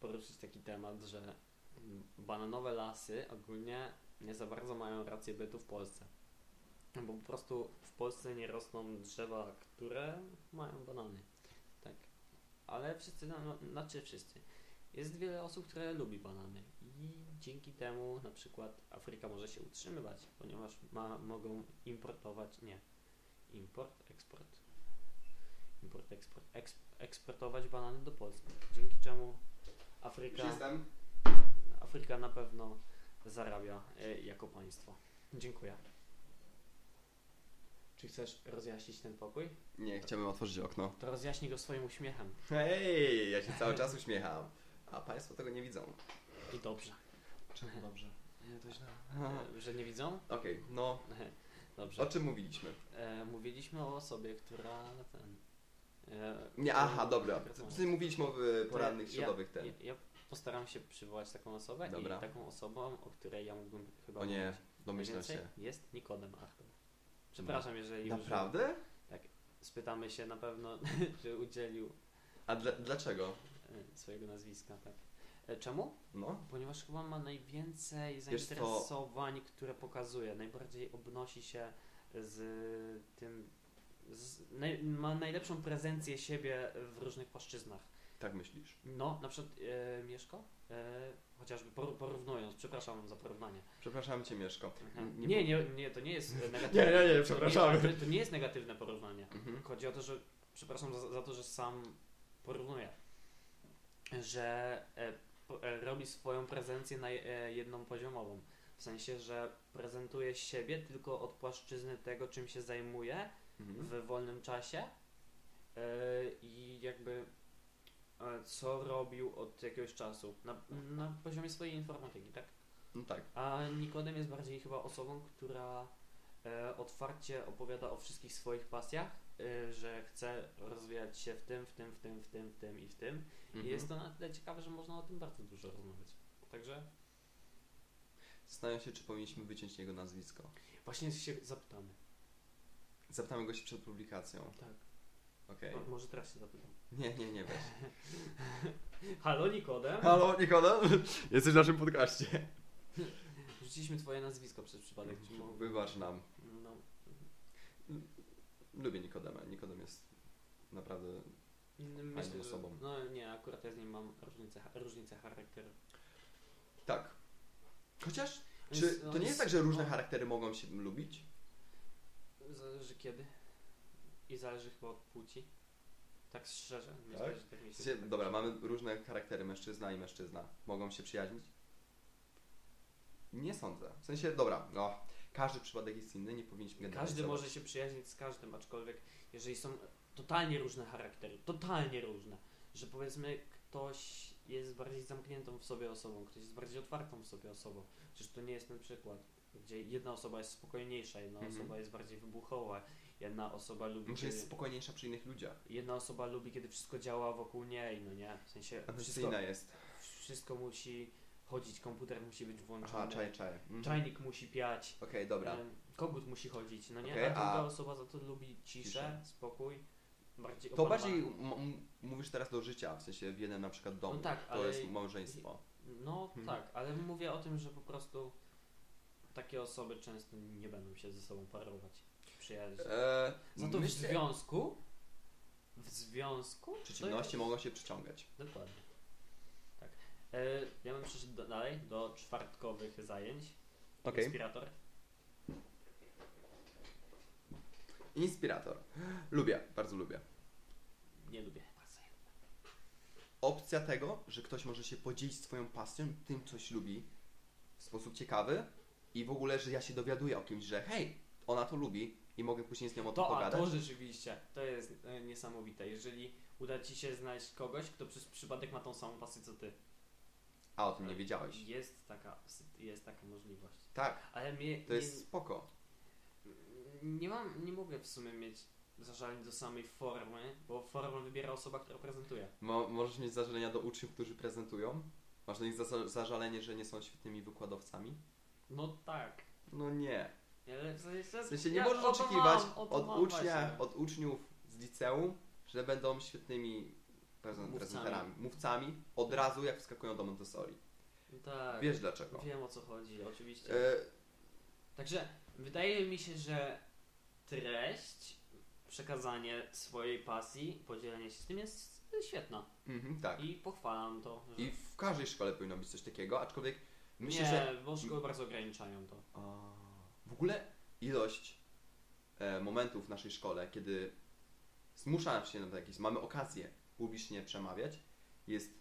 poruszyć taki temat, że bananowe lasy ogólnie nie za bardzo mają rację bytu w Polsce. Bo po prostu w Polsce nie rosną drzewa, które mają banany. Tak. Ale wszyscy, no, no, znaczy wszyscy. Jest wiele osób, które lubi banany i dzięki temu na przykład Afryka może się utrzymywać, ponieważ ma, mogą importować, nie, import, eksport, import, eksport, eks, eksportować banany do Polski, dzięki czemu Afryka...
jestem.
Afryka na pewno zarabia e, jako państwo. Dziękuję. Czy chcesz rozjaśnić ten pokój?
Nie, chciałbym otworzyć okno.
To rozjaśnij go swoim uśmiechem.
Hej, ja się cały czas uśmiecham. A państwo tego nie widzą.
I dobrze.
Czemu dobrze? Nie, to źle.
E, Że nie widzą?
Okej, no. O
Dobrze.
czym mówiliśmy?
E, mówiliśmy o osobie, która ten. E,
Nie,
która-
aha, dobra. Ty mówiliśmy o y, porannych,
Ja-
środowych ten.
Ja, ja postaram się przywołać taką osobę
Dobra.
i taką osobą, o której ja mógłbym chyba
O nie,
mówić.
domyślam
Najwięcej
się.
Jest Nikodem Artem. Przepraszam, jeżeli już
Naprawdę?
spytamy się na pewno, czy udzielił
A dla, dlaczego?
e, swojego nazwiska, tak. E, Czemu?
No.
Ponieważ chyba ma najwięcej
co?
zainteresowań, które pokazuje. Najbardziej obnosi się z tym. Z, naj, ma najlepszą prezencję siebie w różnych płaszczyznach.
Tak myślisz.
No, na przykład e, Mieszko? E, chociażby por, porównując, przepraszam za porównanie.
Przepraszam cię, Mieszko.
Nie, nie, nie, to nie jest negatywne.
Nie, nie, nie,
to
przepraszamy.
To, to nie jest negatywne porównanie.
Mhm.
Chodzi o to, że przepraszam za, za to, że sam porównuję, że e, po- e, robi swoją prezencję na e, jedną poziomową. W sensie, że prezentuje siebie tylko od płaszczyzny tego, czym się zajmuje
Mhm.
w wolnym czasie yy, i jakby e, co robił od jakiegoś czasu na, na poziomie swojej informatyki, tak?
No tak.
A Nikodem jest bardziej chyba osobą, która e, otwarcie opowiada o wszystkich swoich pasjach, e, że chce rozwijać się w tym, w tym, w tym, w tym, w tym i w tym.
Mhm.
I jest to na tyle ciekawe, że można o tym bardzo dużo rozmawiać. Także
Zastanawiam się, czy powinniśmy wyciąć jego nazwisko.
właśnie się zapytamy.
Zapytamy go się przed publikacją.
Tak.
Okej.
O, może teraz się zapytam.
Nie, nie, nie weź.
Halo Nikodem?
Halo, Nikola? Jesteś w naszym podcaście.
Rzuciliśmy twoje nazwisko przez przypadek.
Mhm.
Czy mo-
Wybacz nam.
No,
Lubię Nikodema. Nikodem jest naprawdę...
myślę, że,
osobą.
no nie, akurat ja z nim mam różnicę, cha- różnicę charakteru.
Tak. Chociaż,
On
czy
jest- no.
to
on
nie jest tak, że różne
on-
charaktery mogą się lubić?
Zależy kiedy. I zależy chyba od płci. Tak szczerze, myślę, że tak mi
W
się
sensie, Dobra, mamy różne charaktery, mężczyzna i mężczyzna. Mogą się przyjaźnić? Nie sądzę. W sensie, dobra, no, każdy przypadek jest inny, nie powinniśmy
Każdy
generalizować.
może się przyjaźnić z każdym, aczkolwiek jeżeli są totalnie różne charaktery, totalnie różne, że powiedzmy ktoś jest bardziej zamkniętą w sobie osobą, ktoś jest bardziej otwartą w sobie osobą. Przecież to nie jest ten przykład, gdzie jedna osoba jest spokojniejsza, jedna
Mhm.
osoba jest bardziej wybuchowa, jedna osoba lubi...
Może jest
kiedy-
spokojniejsza przy innych ludziach.
Jedna osoba lubi, kiedy wszystko działa wokół niej, no nie? W sensie wszystko,
Atrakcyjna jest.
wszystko musi chodzić, komputer musi być włączony,
Aha, czaj, czaj. Mhm.
czajnik musi piać,
Okej, dobra.
em, kogut musi chodzić, no nie?
Okej,
a druga
a-
osoba za to lubi ciszę,
Ciszę.
spokój, bardziej
To
opanowanie.
bardziej m- m- mówisz teraz do życia, w sensie w jednym na przykład domu.
No tak,
to
ale-
jest małżeństwo.
No
Mhm.
tak, ale mówię o tym, że po prostu takie osoby często nie będą się ze sobą parować, przyjaźnić.
E,
Za to w
myślę-
związku, w związku... to
Przeciwności
jest-
mogą się przyciągać.
Dokładnie. Tak. E, ja bym przeszedł do, dalej do czwartkowych zajęć. Inspirator.
Inspirator. Lubię, bardzo lubię.
Nie lubię. Pasję.
Opcja tego, że ktoś może się podzielić swoją pasją, tym coś lubi w sposób ciekawy i w ogóle, że ja się dowiaduję o kimś, że hej, ona to lubi i mogę później z nią o tym
To, a
pogadać.
to rzeczywiście, to jest e, niesamowite. Jeżeli uda Ci się znaleźć kogoś, kto przez przypadek ma tą samą pasję co Ty.
A o tym nie wiedziałeś.
Jest taka, sy- jest taka możliwość.
Tak,
Ale mnie,
to jest spoko.
nie, nie mam, nie mogę w sumie mieć zażaleń do samej formy, bo formę wybiera osoba, która prezentuje.
Mo- możesz mieć zażalenia do uczniów, którzy prezentują. Masz do nich za- zażalenie, że nie są świetnymi wykładowcami.
No tak.
No nie.
Ale w sensie,
W sensie nie
ja
możesz
o to
oczekiwać
mam, o to
od,
mam
ucznia,
właśnie.
od uczniów z liceum, że będą świetnymi prezent-
Mówcami.
prezenterami, mówcami, od razu jak wskakują do Montessori.
Tak.
Wiesz dlaczego.
Wiem o co chodzi, oczywiście.
E,
Także wydaje mi się, że treść, przekazanie swojej pasji, podzielenie się z tym jest świetna.
mhm, tak.
I pochwalam to. Że...
I w każdej szkole powinno być coś takiego, aczkolwiek myślę,
nie,
że
bo szkoły bardzo ograniczają to.
A, w ogóle ilość e, momentów w naszej szkole, kiedy zmuszałem się na to jakieś, mamy okazję publicznie przemawiać, jest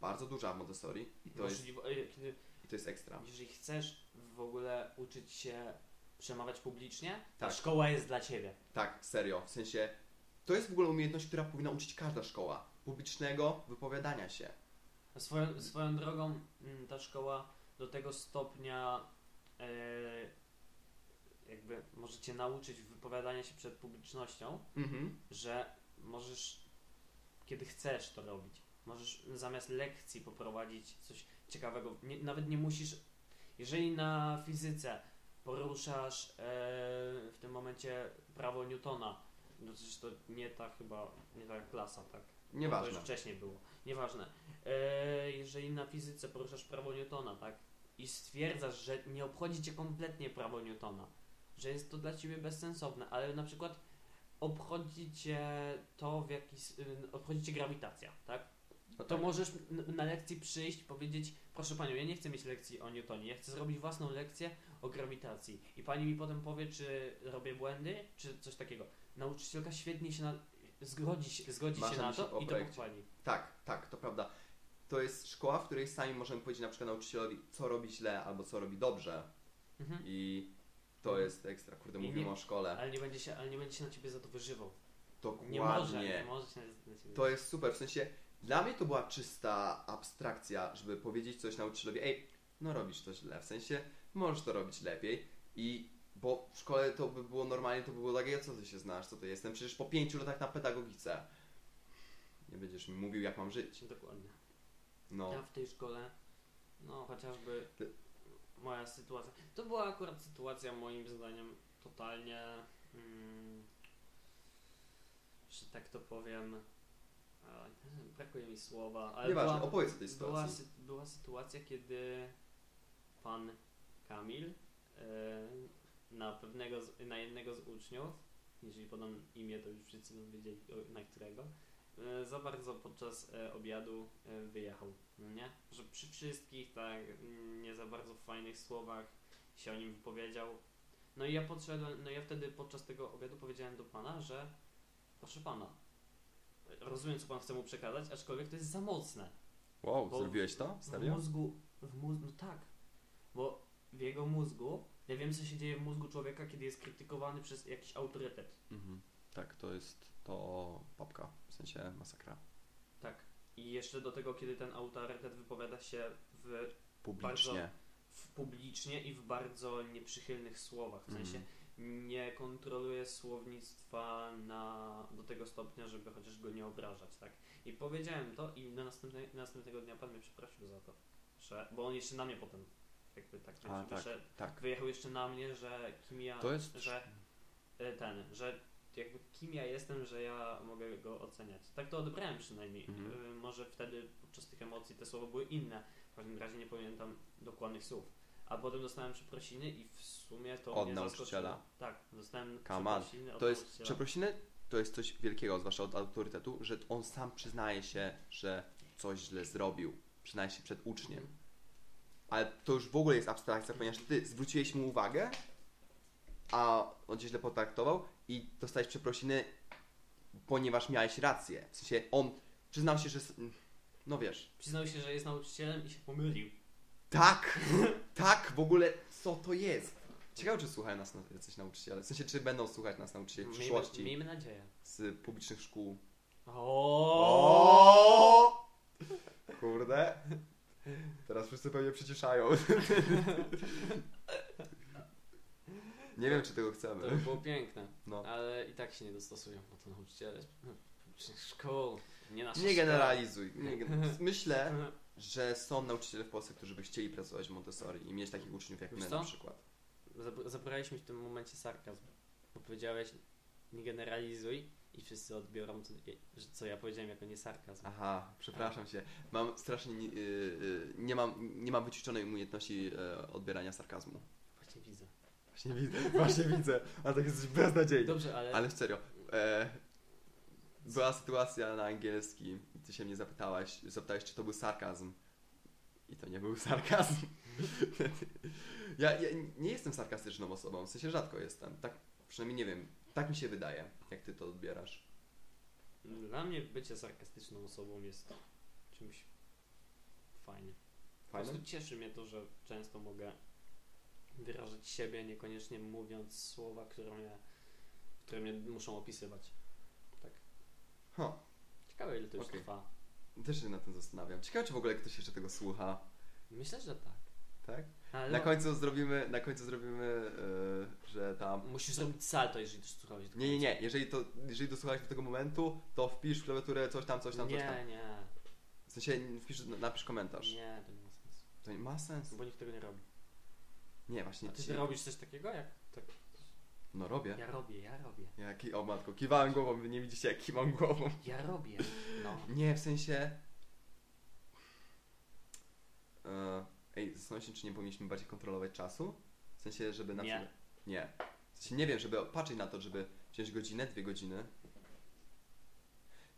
bardzo duża w Montessori i to, jest, tak.
Możliwe- e, kiedy,
i to jest ekstra.
jeżeli chcesz w ogóle uczyć się przemawiać publicznie,
Tak.
to szkoła jest dla ciebie.
Tak, serio. W sensie to jest w ogóle umiejętność, która powinna uczyć każda szkoła. Publicznego wypowiadania się.
A Swoją, swoją drogą mm, ta szkoła do tego stopnia e, jakby możecie nauczyć wypowiadania się przed publicznością,
Mhm.
że możesz, kiedy chcesz to robić, możesz zamiast lekcji poprowadzić coś ciekawego. Nie, nawet nie musisz, jeżeli na fizyce poruszasz e, w tym momencie prawo Newtona, no przecież to nie ta chyba, nie ta klasa, tak? To
Nieważne.
już wcześniej było. Nieważne. E, jeżeli na fizyce poruszasz prawo Newtona, tak? I stwierdzasz, że nie obchodzi cię kompletnie prawo Newtona, że jest to dla ciebie bezsensowne, ale na przykład obchodzi cię to w jakiś. y, obchodzi cię grawitacja, tak?
No
To
tak.
możesz n- na lekcji przyjść, powiedzieć, proszę panią, ja nie chcę mieć lekcji o Newtonie, ja chcę zrobić własną lekcję o grawitacji. I pani mi potem powie, czy robię błędy, czy coś takiego. Nauczycielka świetnie się na... zgodzi, się- zgodzi
Masz
się na
na myśli
to
o
i to
projekcie.
pochwali.
tak, tak, to prawda. To jest szkoła, w której sami możemy powiedzieć na przykład nauczycielowi, co robi źle albo co robi dobrze.
Mhm.
I To jest ekstra, kurde,
I nie-
mówimy o szkole.
Ale nie, będzie się, ale nie będzie się na ciebie za to wyżywał.
Dokładnie.
Nie może, nie może się na ciebie
To jest super, w sensie dla mnie to była czysta abstrakcja, żeby powiedzieć coś nauczycielowi, ej, no robisz to źle, w sensie możesz to robić lepiej i bo w szkole to by było normalnie, to by było takie, co ty się znasz, co ty jestem, przecież po pięciu latach na pedagogice nie będziesz mi mówił, jak mam żyć.
Dokładnie.
No,
Ja w tej szkole, no chociażby
Ty-
moja sytuacja. To była akurat sytuacja moim zdaniem totalnie, mm, że tak to powiem, e, brakuje mi słowa, ale
nieważne,
była,
opowiedz o tej
była,
sytuacji.
sy, była sytuacja, kiedy pan Kamil e, na pewnego, z, na jednego z uczniów, jeżeli podam imię, to już wszyscy będą wiedzieli o- na którego, e, za bardzo podczas e, obiadu e, wyjechał, no nie? Że przy wszystkich tak mm, nie za bardzo fajnych słowach się o nim wypowiedział. No i ja podszedłem, no ja wtedy podczas tego obiadu powiedziałem do pana, że proszę pana, rozumiem co pan chce mu przekazać, aczkolwiek to jest za mocne.
Wow,
bo-
zrobiłeś to?
W
Serio?
mózgu, w mózgu, no tak. Bo w jego mózgu, ja wiem co się dzieje w mózgu człowieka, kiedy jest krytykowany przez jakiś autorytet.
Mhm. Tak, to jest to papka, w sensie masakra
Tak. I jeszcze do tego, kiedy ten autorytet wypowiada się w,
publicznie.
w publicznie i w bardzo nieprzychylnych słowach. W
Mhm.
sensie nie kontroluje słownictwa na, do tego stopnia, żeby chociaż go nie obrażać, tak? I powiedziałem to i na następne, następnego dnia pan mnie przeprosił za to. Że, bo on jeszcze na mnie potem jakby tak,
A,
wyszedł.
Tak.
wyjechał jeszcze na mnie, że kim ja,
To jest-
że e, ten, że jakby kim ja jestem, że ja mogę go oceniać. Tak to odebrałem przynajmniej.
Mhm.
E, Może wtedy podczas tych emocji te słowa były inne. W każdym razie nie pamiętam dokładnych słów. A potem dostałem przeprosiny i w sumie to
Od
mnie
nauczyciela.
zaskoczyło. Tak, dostałem
Come on.
przeprosiny od
To jest,
nauczyciela.
przeprosiny to jest coś wielkiego, zwłaszcza od autorytetu, że on sam przyznaje się, że coś źle zrobił. Przyznaje się przed uczniem. Ale to już w ogóle jest abstrakcja, ponieważ ty zwróciłeś mu uwagę, a on cię źle potraktował i dostałeś przeprosiny, ponieważ miałeś rację. W sensie on przyznał się, że. s- No wiesz.
Przyznał się, że jest nauczycielem i się pomylił.
Tak! tak! W ogóle co to jest? Ciekawe, czy słuchają nas na- jacyś nauczyciele. W sensie, czy będą słuchać nas nauczyciele w
Miejmy,
przyszłości
miejmy nadzieję.
z publicznych szkół
O!
O! Kurde. Teraz wszyscy pewnie przyciszają. Nie wiem, czy tego
To by
chcemy.
było piękne.
No.
Ale i tak się nie dostosują, bo to nauczyciele z publicznych szkół, nie nasza
Nie
szkoła.
generalizuj. Nie gen- Myślę, że są nauczyciele w Polsce, którzy by chcieli pracować w Montessori i mieć takich uczniów jak
Wiesz
my
co?
na przykład.
Zab- Zabraliśmy w tym momencie sarkazm, bo powiedziałeś nie generalizuj i wszyscy odbiorą, co, że- co ja powiedziałem jako nie sarkazm.
Aha, przepraszam cię. Mam strasznie... ni- y, y, nie, mam, nie mam wyćwiczonej umiejętności y, odbierania sarkazmu.
Właśnie widzę.
Właśnie widzę, właśnie widzę. A tak jesteś beznadziejny.
Dobrze, ale,
Ale w serio, e, była sytuacja na angielskim i ty się mnie zapytałaś, zapytałeś, czy to był sarkazm. I to nie był sarkazm. ja, ja nie jestem sarkastyczną osobą, w sensie rzadko jestem. Tak, przynajmniej nie wiem, tak mi się wydaje, jak ty to odbierasz.
dla mnie bycie sarkastyczną osobą jest czymś fajnym. Po
Fajne?
prostu cieszy mnie to, że często mogę wyrażać siebie, niekoniecznie mówiąc słowa, które mnie, które mnie muszą opisywać. Tak.
Huh.
Ciekawe, ile to już
Okej.
trwa.
Też się nad tym zastanawiam. Ciekawe, czy w ogóle ktoś jeszcze tego słucha,
Myślę, że tak.
tak?
Ale
Na
no,
końcu zrobimy, na końcu zrobimy, e, że tam...
musisz zrobić salto, jeżeli też słuchałeś. do
Nie, nie,
końca.
nie. Jeżeli, to, jeżeli dosłuchałeś do tego momentu, to wpisz w klawiaturę coś tam, coś tam, coś tam.
Nie, nie.
W sensie wpisz, napisz komentarz.
Nie, to nie ma sensu.
To nie ma sensu.
Bo nikt tego nie robi.
Nie, właśnie.
A ty
ci-
robisz coś takiego, jak tak?
No robię.
Ja robię, ja robię.
Ja ki... O matko, kiwałem głową, wy nie widzicie jak kiwam głową.
Ja robię. No.
Nie, w sensie... E, Ej, zastanawiam się, czy nie powinniśmy bardziej kontrolować czasu? W sensie, żeby na
Nie.
przykład... Nie. W sensie, nie wiem, żeby patrzeć na to, żeby wziąć godzinę, dwie godziny.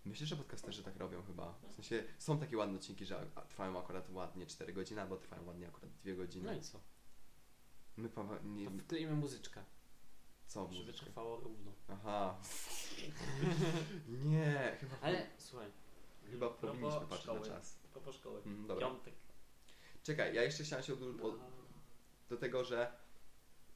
Myślę, że podcasterzy tak robią chyba. W sensie, są takie ładne odcinki, że a- trwają akurat ładnie 4 godziny, albo trwają ładnie akurat 2
No
godziny.
i co?
My, Paweł, nie... No,
To wkleimy muzyczkę,
Co?
żeby
muzyczka?
trwało równo.
Aha. nie, chyba,
Ale słuchaj.
Mhm. chyba
propos
powinniśmy patrzeć
szkoły.
na czas.
Propos szkoły.
Mm, dobra.
Piątek.
Czekaj, ja jeszcze chciałem się odnó- od, do tego, że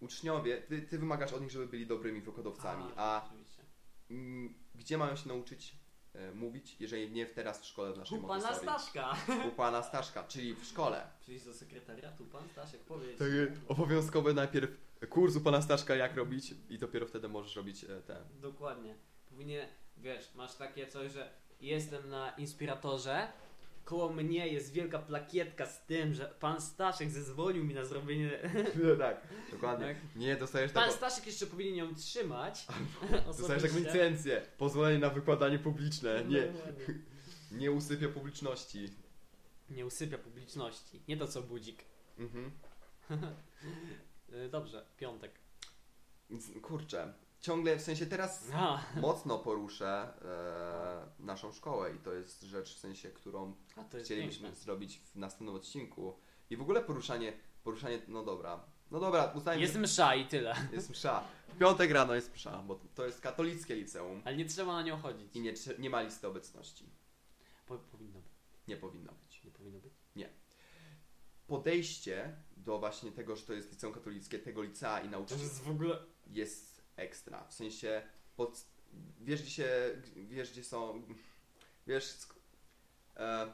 uczniowie, ty, ty wymagasz od nich, żeby byli dobrymi wykładowcami, a
oczywiście.
Mm, gdzie mają się nauczyć e, mówić, jeżeli nie w teraz w szkole w naszej
U pana
Montessori?
Staszka!
U pana Staszka, czyli w szkole.
Przyjdź do sekretariatu, pan Staszek powiedz.
Takie obowiązkowy najpierw kurs u pana Staszka, jak robić i dopiero wtedy możesz robić e, te...
Dokładnie. Powinien, wiesz, masz takie coś, że jestem na inspiratorze, koło mnie jest wielka plakietka z tym, że pan Staszek zezwolił mi na zrobienie...
No tak, dokładnie. Tak.
Tak.
Nie, dostajesz
Pan
taką,
Staszek jeszcze powinien ją trzymać.
dostajesz taką
osobiście.
licencję, pozwolenie na wykładanie publiczne, nie,
No, ładnie.
nie usypia publiczności.
Nie usypia publiczności. Nie to co budzik.
Mhm.
Y, Dobrze, piątek.
Więc, Kurczę, ciągle, w sensie teraz
A,
mocno poruszę e, naszą szkołę i to jest rzecz, w sensie, którą
a to jest
chcielibyśmy
piękne.
zrobić w następnym odcinku. I w ogóle poruszanie, poruszanie, no dobra. No dobra, uznajmy,
Jest msza i tyle.
że jest msza. W piątek rano jest msza, bo to jest katolickie liceum
Ale nie trzeba na nią chodzić.
i nie, trze- nie ma listy obecności.
Po, powinno być.
Nie powinno być.
Nie powinno być.
Podejście do właśnie tego, że to jest liceum katolickie, tego licea i
To
nauczycieli
jest w ogóle...
jest ekstra. W sensie, pod, wiesz gdzie się, wiesz gdzie są, wiesz, sk- e,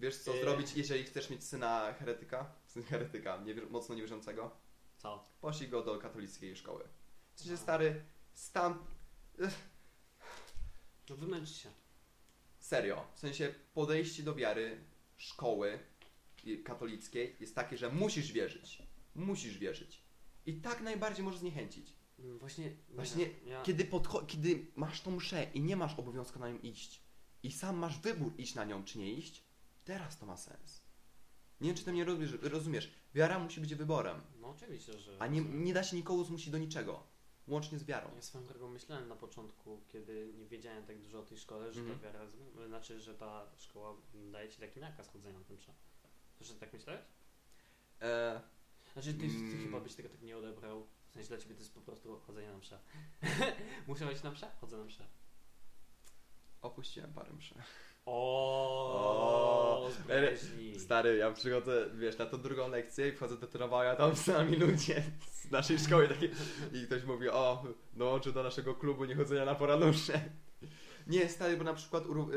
wiesz co
Yy.
zrobić, jeżeli chcesz mieć syna heretyka, syn heretyka, niewier- mocno niewierzącego.
Co?
poszli go do katolickiej szkoły. W sensie
Wow.
stary, stam,
No wymęcz się.
serio, w sensie podejście do wiary szkoły i- katolickiej jest takie, że musisz wierzyć. Musisz wierzyć. I tak najbardziej może zniechęcić.
Mm, Właśnie...
Właśnie,
ja, ja,
Kiedy, podcho- kiedy masz tą mszę i nie masz obowiązku na nią iść i sam masz wybór iść na nią czy nie iść, teraz to ma sens. Nie wiem, czy ty mnie rozumiesz. rozumiesz. Wiara musi być wyborem,
No oczywiście, że...
a nie, nie da się nikogo zmusić do niczego, łącznie z wiarą.
Ja swoją drogą myślałem na początku, kiedy nie wiedziałem tak dużo o tej szkole, że
Mhm.
ta wiara... z- Znaczy, że ta szkoła daje ci taki nakaz chodzenia na tym msza. Że tak myślałeś?
E,
Znaczy, ty, ty
Mm.
chyba byś tego tak nie odebrał. W sensie dla ciebie to jest po prostu chodzenie na mszę. Muszę chodzić na mszę? Chodzę na mszę.
opuściłem parę mszy.
O,
O,
zbrodni.
Stary, ja przychodzę, wiesz, na tą drugą lekcję i wchodzę do tramwaja, tam z nami ludzie z naszej szkoły takie, i ktoś mówi, o, dołączy do naszego klubu niechodzenia na poranusze. Nie, stary, bo na przykład uru-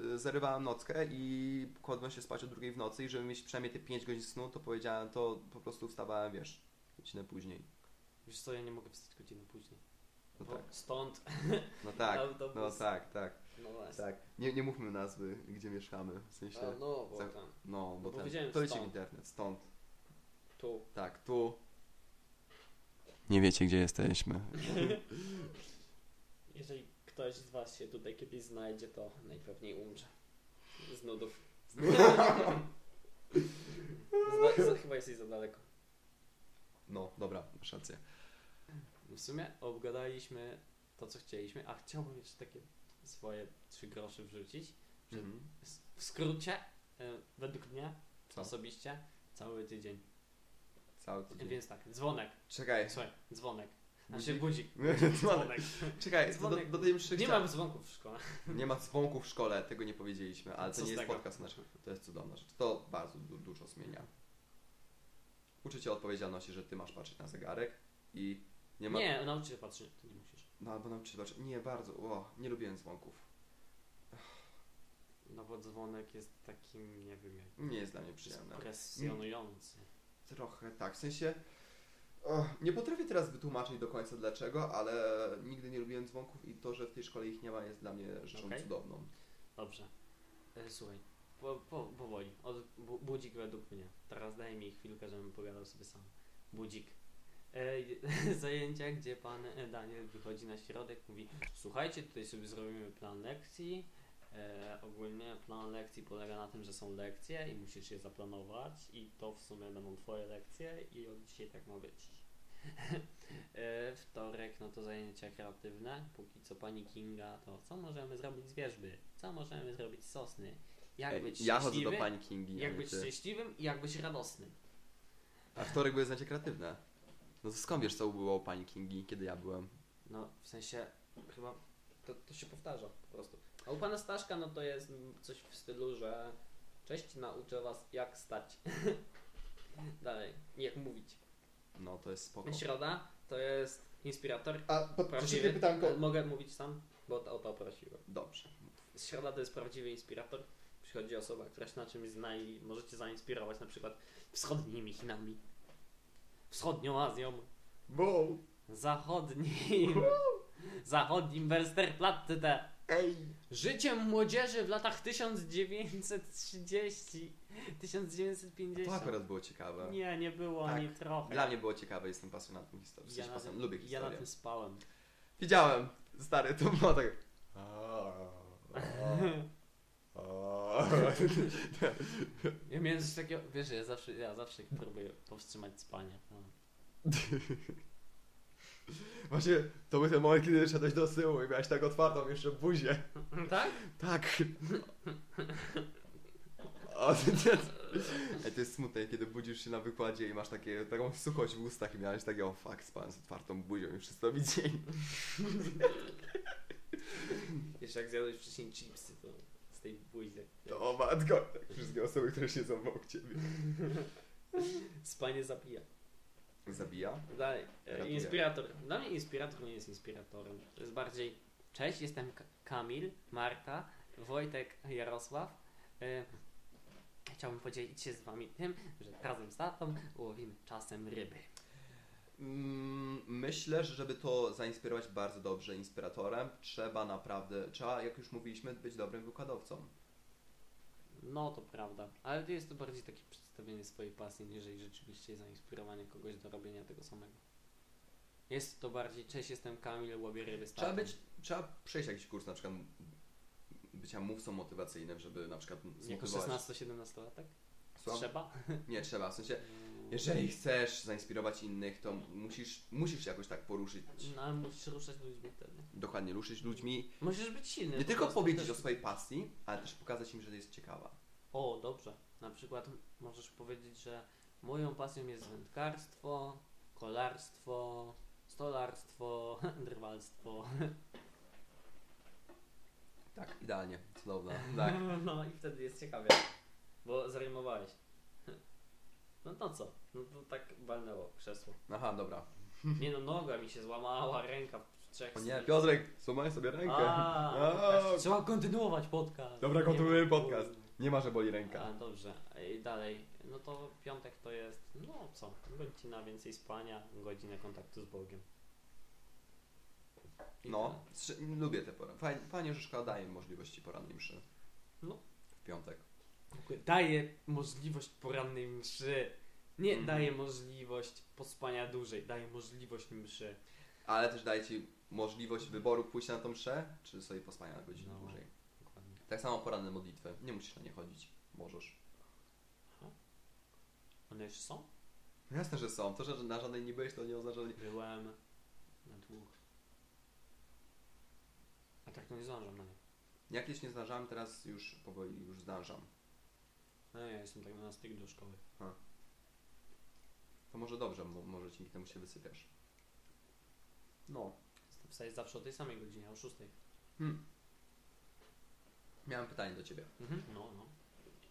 yy, zarywałem nockę i kładłem się spać o drugiej w nocy i żeby mieć przynajmniej te 5 godzin snu, to powiedziałem, to po prostu wstawałem, wiesz, godzinę później.
Wiesz co, ja nie mogę wstać godziny później.
No
Bo
tak,
Stąd.
no tak,
Autobus.
no tak, tak,
No właśnie.
tak. Nie, nie mówmy nazwy, gdzie mieszkamy, w sensie,
A, no, bo
Tak.
tam.
no, bo
Bo powiedziałem
ten, to liczy w
stąd.
internet, stąd.
Tu.
Tak, tu. Nie wiecie, gdzie jesteśmy.
Jeżeli ktoś z was się tutaj kiedyś znajdzie, to najpewniej umrze. Z nudów. Zda- za- chyba jesteś za daleko.
No, dobra, masz rację.
No W sumie obgadaliśmy to, co chcieliśmy, a chciałbym jeszcze takie swoje trzy grosze wrzucić. Że
Mhm.
s- W skrócie, y, według mnie,
Co?
osobiście, cały tydzień.
Cały tydzień.
Więc tak, dzwonek.
Czekaj.
Słuchaj, dzwonek. Znaczy
Budzik?
budzik.
Dzwonek.
Dzwonek.
Czekaj, do,
Dzwonek.
do tej mszy
Nie
chciałem-
mam dzwonków w szkole.
nie ma dzwonku w szkole, tego nie powiedzieliśmy, ale
Co
to
z
nie jest
tego?
podcast nasz. To jest cudowna rzecz. To bardzo du- dużo zmienia. Uczycie odpowiedzialności, że ty masz patrzeć na zegarek i nie
Nie,
ma...
nie nauczy się patrzeć, ty nie musisz.
No, albo nauczyciel patrzeć. Nie, bardzo. O, nie lubiłem dzwonków.
No bo dzwonek jest takim, nie wiem, jak
Nie jest dla mnie przyjemne.
presjonujący.
Trochę tak, w sensie. o, Nie potrafię teraz wytłumaczyć do końca dlaczego, ale nigdy nie lubiłem dzwonków i to, że w tej szkole ich nie ma, jest dla mnie rzeczą
Okej.
cudowną.
Dobrze. E, Słuchaj, po, po, powoli. Od, bu, budzik według mnie. Teraz daj mi chwilkę, żebym pogadał sobie sam. Budzik. E, zajęcia, gdzie pan e, Daniel wychodzi na środek, mówi słuchajcie, tutaj sobie zrobimy plan lekcji. E, ogólnie plan lekcji polega na tym, że są lekcje i musisz je zaplanować i to w sumie będą twoje lekcje i od dzisiaj tak ma być. e, wtorek, no to zajęcia kreatywne. Póki co pani Kinga, to co możemy zrobić z wierzby? Co możemy zrobić z sosny? Jak
Ej,
być
ja chodzę
szczęśliwy?
do pani Kingi. a
Jak
nie
być
ty.
szczęśliwym i jak być radosnym.
A wtorek były znanie kreatywne. No to skąd wiesz, co było u pani Kingi, kiedy ja byłem?
No, w sensie, chyba to, to się powtarza po prostu. A u pana Staszka, no to jest mm, coś w stylu, że cześć, nauczę was jak stać. Dalej, jak mówić.
No, to jest spoko.
Środa to jest inspirator.
A po-
Prawdziwy.
przeciwnie pytanko.
Mogę mówić sam, bo to o to prosiłem.
Dobrze.
Środa to jest prawdziwy inspirator. Przychodzi osoba, która się na czymś zna i możecie zainspirować na przykład wschodnimi Chinami, wschodnią Azją,
Wow.
zachodnim, zachodnim Westerplatte.
Ej.
Życiem młodzieży w latach 1930, 1950.
To akurat było ciekawe.
Nie, nie było
Tak.
ani trochę.
Dla mnie było ciekawe, jestem pasjonatem historii. W sensie
ja na,
pasjonatem,
tym,
lubię
ja
historię.
na tym spałem.
Widziałem, stary, to było tak.
Ja miałem coś takiego, wiesz, ja zawsze, ja zawsze próbuję powstrzymać spanie. No.
Właśnie to był ten moment, kiedy szedłeś do tyłu i miałeś tak otwartą jeszcze buzię.
Tak?
Tak.
O, to, to, Ej, to jest smutne, kiedy budzisz się na wykładzie i masz takie, taką suchość w ustach i miałeś takie, o fuck, spałem z otwartą buzią i przez cały dzień.
Jeszcze jak zjadłeś wcześniej chipsy, to z tej buzi.
To o matko, wszystkie osoby, które się są obok ciebie.
Spanie zabija.
Zabija?
Dalej, e,
Ratuje.
inspirator. Dla mnie inspirator nie jest inspiratorem. To jest bardziej, cześć, jestem K- Kamil, Marta, Wojtek, Jarosław. E, Chciałbym podzielić się z wami tym, że razem z tatą łowimy czasem ryby.
Mm, Myślę, że żeby to zainspirować bardzo dobrze inspiratorem, trzeba naprawdę, trzeba, jak już mówiliśmy, być dobrym wykładowcą.
No to prawda, ale to jest to bardziej takie przedstawienie swojej pasji, niżeli rzeczywiście zainspirowanie kogoś do robienia tego samego. Jest to bardziej, cześć, jestem Kamil, łowię ryby z
Trzeba
tatą.
być, trzeba przejść jakiś kurs na przykład bycia mówcą motywacyjnym, żeby na przykład
jako
zmotywować.
16-17 latek?
Słucham?
Trzeba?
Nie, trzeba, w sensie, jeżeli chcesz zainspirować innych, to musisz, musisz się jakoś tak poruszyć.
No ale musisz ruszać ludźmi wtedy.
Dokładnie, ruszyć ludźmi.
Musisz być silny.
Nie
po
tylko
prostu
powiedzieć o
też.
swojej pasji, ale też pokazać im, że jest ciekawa.
O, dobrze. Na przykład możesz powiedzieć, że moją pasją jest wędkarstwo, kolarstwo, stolarstwo, drwalstwo.
Tak, idealnie, cudowna. Tak.
No i wtedy jest ciekawie, bo zarymowałeś. No to co? No to tak walnęło krzesło.
Aha, dobra.
Nie no, noga mi się złamała, ręka w trzech...
O nie, Piotrek, złamaj sobie rękę.
A,
A.
Trzeba kontynuować podcast.
Dobra, kontynuujemy
Nie ma-
podcast. Nie ma, że boli
A,
ręka.
dobrze, i dalej. No to piątek to jest, no co, godzina więcej spania, godzina kontaktu z Bogiem. I
No, trzy- lubię te porady. Fajnie, fajnie, że szkoła daje możliwości porannej mszy.
No.
W piątek.
tyle. Daje możliwość porannej mszy. Nie
Mhm.
daje możliwość pospania dłużej, daje możliwość mszy.
Ale też daje Ci możliwość wyboru pójścia na tą mszę, czy sobie pospania na godzinę
No.
dłużej. Tak samo poranne modlitwy. Nie musisz na nie chodzić. Możesz.
One już są?
No Jasne, że są. To, że na żadnej nie byłeś, to nie oznacza, że nie...
Byłem na dwóch. A tak to nie zdążam na nie.
Ja kiedyś nie zdążałem, teraz już powoli już zdążam.
No ja jestem tak na styk do szkoły.
To może dobrze, bo może dzięki temu się wysypiasz. No.
Jestem wstaję zawsze o tej samej godzinie, o szóstej.
Hmm. Miałem pytanie do Ciebie.
Mhm. No, no.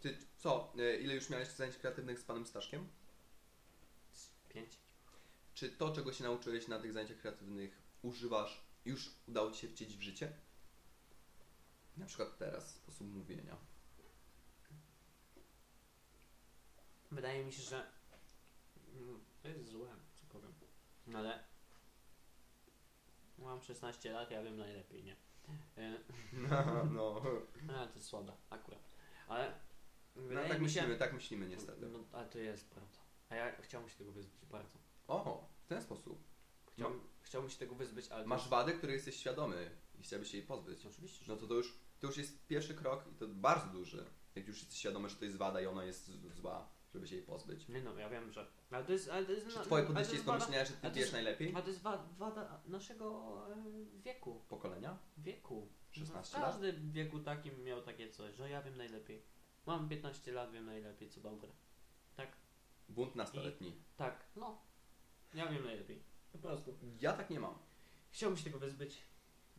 Ty co, e, ile już miałeś zajęć kreatywnych z Panem Staszkiem?
Z Pięć.
Czy to, czego się nauczyłeś na tych zajęciach kreatywnych, używasz, już udało Ci się wcielić w życie? Na przykład teraz, sposób mówienia.
Wydaje mi się, że mm, to jest złe, co powiem. No ale mam 16 lat, ja wiem najlepiej, nie? Y,
No, no.
Ale to jest słabe, akurat. Ale
no
wydaje
tak
mi się...
myślimy, tak myślimy niestety.
No, ale to jest prawda. A ja chciałbym się tego wyzbyć bardzo.
O, w ten sposób.
Chciałbym, chciałbym się tego wyzbyć, ale... to
No. Masz
jest-
wadę, której jesteś świadomy i chciałbyś się jej pozbyć.
Oczywiście, że
No to to już, to już jest pierwszy krok i to bardzo duży. Jak już jesteś świadomy, że to jest wada i ona jest z- zła, żeby się jej pozbyć.
Nie no, ja wiem, że... Ale to jest... Ale to jest
Czy
no-
twoje
ale to
podejście
jest
jest do
wada-
myślenia, że ty
ale to
wiesz
jest-
najlepiej?
Ale to jest wa- wada naszego e, wieku.
Pokolenia?
Wieku.
16
No,
lat?
Każdy w wieku takim miał takie coś, że ja wiem najlepiej. Mam 15 lat, wiem najlepiej, co dobre. Tak,
Bunt nastoletni.
tak, no. Ja wiem najlepiej. Po prostu.
Ja tak nie mam.
Chciałbym się tego wyzbyć.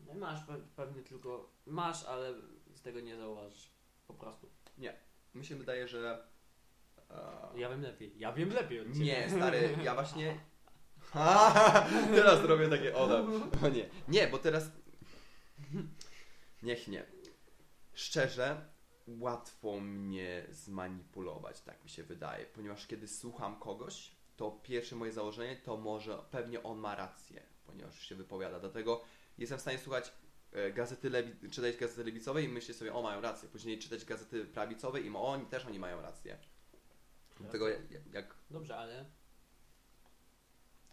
No i Masz pe- pewnie tylko. Masz, ale z tego nie zauważysz. Po prostu.
Mi się wydaje, że... e,
Ja wiem lepiej. Ja wiem lepiej od ciebie.
Nie, stary, ja właśnie Ha, teraz robię takie oda. O nie. Nie, bo teraz. Niech nie. Szczerze, łatwo mnie zmanipulować, tak mi się wydaje, ponieważ kiedy słucham kogoś, to pierwsze moje założenie to może pewnie on ma rację, ponieważ się wypowiada. Dlatego jestem w stanie słuchać e, gazety lewi- czytać gazety lewicowe i myśleć sobie, o mają rację. Później czytać gazety prawicowe i oni też oni mają rację. Dlatego ja- ja- jak
Dobrze, ale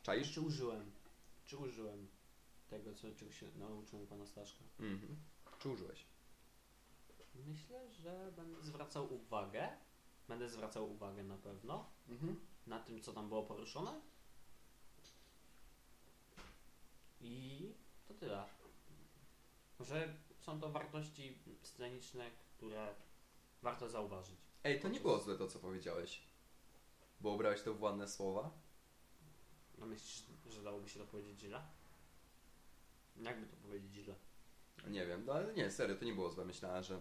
czaisz?
czy użyłem, czy użyłem tego, co czego się nauczyłem pana Staszka?
Mhm. Czy użyłeś?
Myślę, że będę zwracał uwagę, będę zwracał uwagę na pewno
Mhm.
na tym, co tam było poruszone. I to tyle. Że są to wartości sceniczne, które warto zauważyć.
Ej, to nie było złe to, co powiedziałeś. Bo ubrałeś to w ładne słowa.
No myślisz, że dałoby się to powiedzieć źle? Jakby to powiedzieć źle?
Nie wiem, no ale nie, serio, to nie było złe. Myślałem, że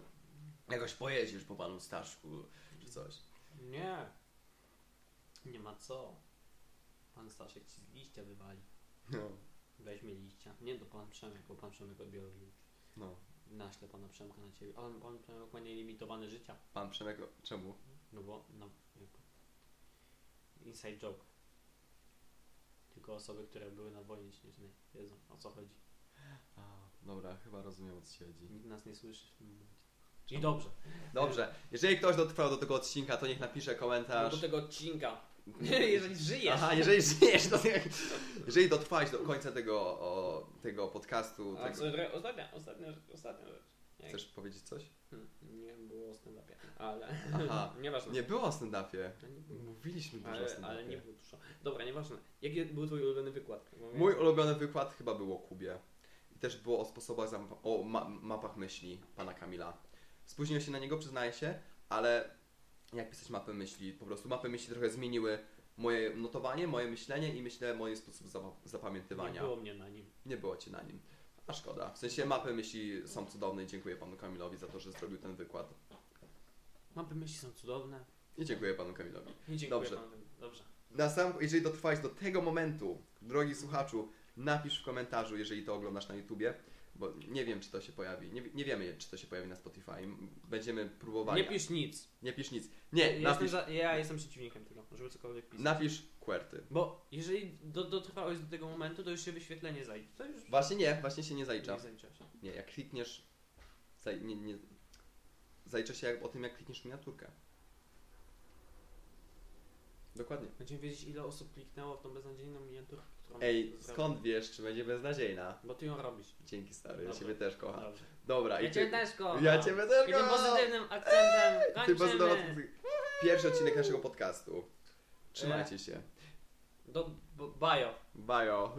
jakoś pojedziesz po panu Staszku, czy coś.
Nie. Nie ma co. Pan Staszek ci z liścia wywali.
No,
Weźmie liścia. Nie do pan Przemek, bo pan Przemek od biologii.
no.
Naśle pana Przemka na ciebie. On, on Przemek ma nielimitowane życia.
Pan Przemek, o- czemu?
No bo, no, jakby. Inside joke. Tylko osoby, które były na wojnie śnieżnej wiedzą o co chodzi.
Dobra, chyba rozumiem, o co ci chodzi.
Nikt nas nie słyszy w tym momencie. I dobrze.
Dobrze, jeżeli ktoś dotrwał do tego odcinka, to niech napisze
No
komentarz.
do tego odcinka.
No
Jeżeli żyjesz.
Aha, jeżeli żyjesz, to jeżeli dotrwałeś do końca tego, o, tego podcastu,
A
tego...
co, re- ostatnia, ostatnia, rzecz, ostatnia rzecz. Jak-
chcesz powiedzieć coś?
Hmm, nie było o stand-upie, ale
Aha.
nieważne.
Nie było o stand-upie.
To nie było.
Mówiliśmy dużo o
Ale,
stand-upie.
ale nie było dużo. Dobra, nieważne. Jaki był twój ulubiony wykład? Bo
Mój ulubiony wykład chyba był o Kubie. I też było o sposobach, zam- o ma- mapach myśli pana Kamila. Spóźniłem się na niego, przyznaję się, ale jak pisać mapę myśli? Po prostu mapy myśli trochę zmieniły moje notowanie, moje myślenie i myślę mój sposób zapa-
Nie
zapamiętywania.
było mnie na nim.
Nie było cię na nim. A szkoda. W sensie mapy myśli są cudowne i dziękuję panu Kamilowi za to, że zrobił ten wykład.
Mapy myśli są cudowne.
I dziękuję panu Kamilowi.
I dziękuję
Dobrze.
panu. Dobrze.
Na sam, jeżeli dotrwałeś do tego momentu, drogi słuchaczu, napisz w komentarzu, jeżeli to oglądasz na YouTubie, bo nie wiem, czy to się pojawi. Nie, nie wiemy, czy to się pojawi na Spotify. Będziemy próbowali.
Nie pisz nic.
Nie pisz nic. Nie,
ja, jestem
napisz,
za, ja jestem przeciwnikiem tego, żeby cokolwiek pisać.
napisz QWERTY.
Bo jeżeli do, dotrwałeś do tego momentu, to już się wyświetlenie zajdzie. To już
Właśnie nie, właśnie się nie zalicza.
nie zaliczysz.
Nie, jak klikniesz... Zaj, nie, nie, zalicza się jak, o tym, jak klikniesz miniaturkę. Dokładnie.
Będziemy wiedzieć, ile osób kliknęło w tą beznadziejną miniaturę, którą
Ej,
zrobiłem.
skąd wiesz, czy będzie beznadziejna?
Bo ty ją robisz.
Dzięki stary, ja
Dobra.
Ciebie też kocham.
Dobrze.
Dobra,
Ja
i
cię
ty...
też kocham.
Ja Ciebie też
I tym
kocham!
pozytywnym akcentem
Tym
kończymy.
pozdrowiam- Pierwszy odcinek naszego podcastu. Trzymajcie się.
Do, b- bajo.
Bajo.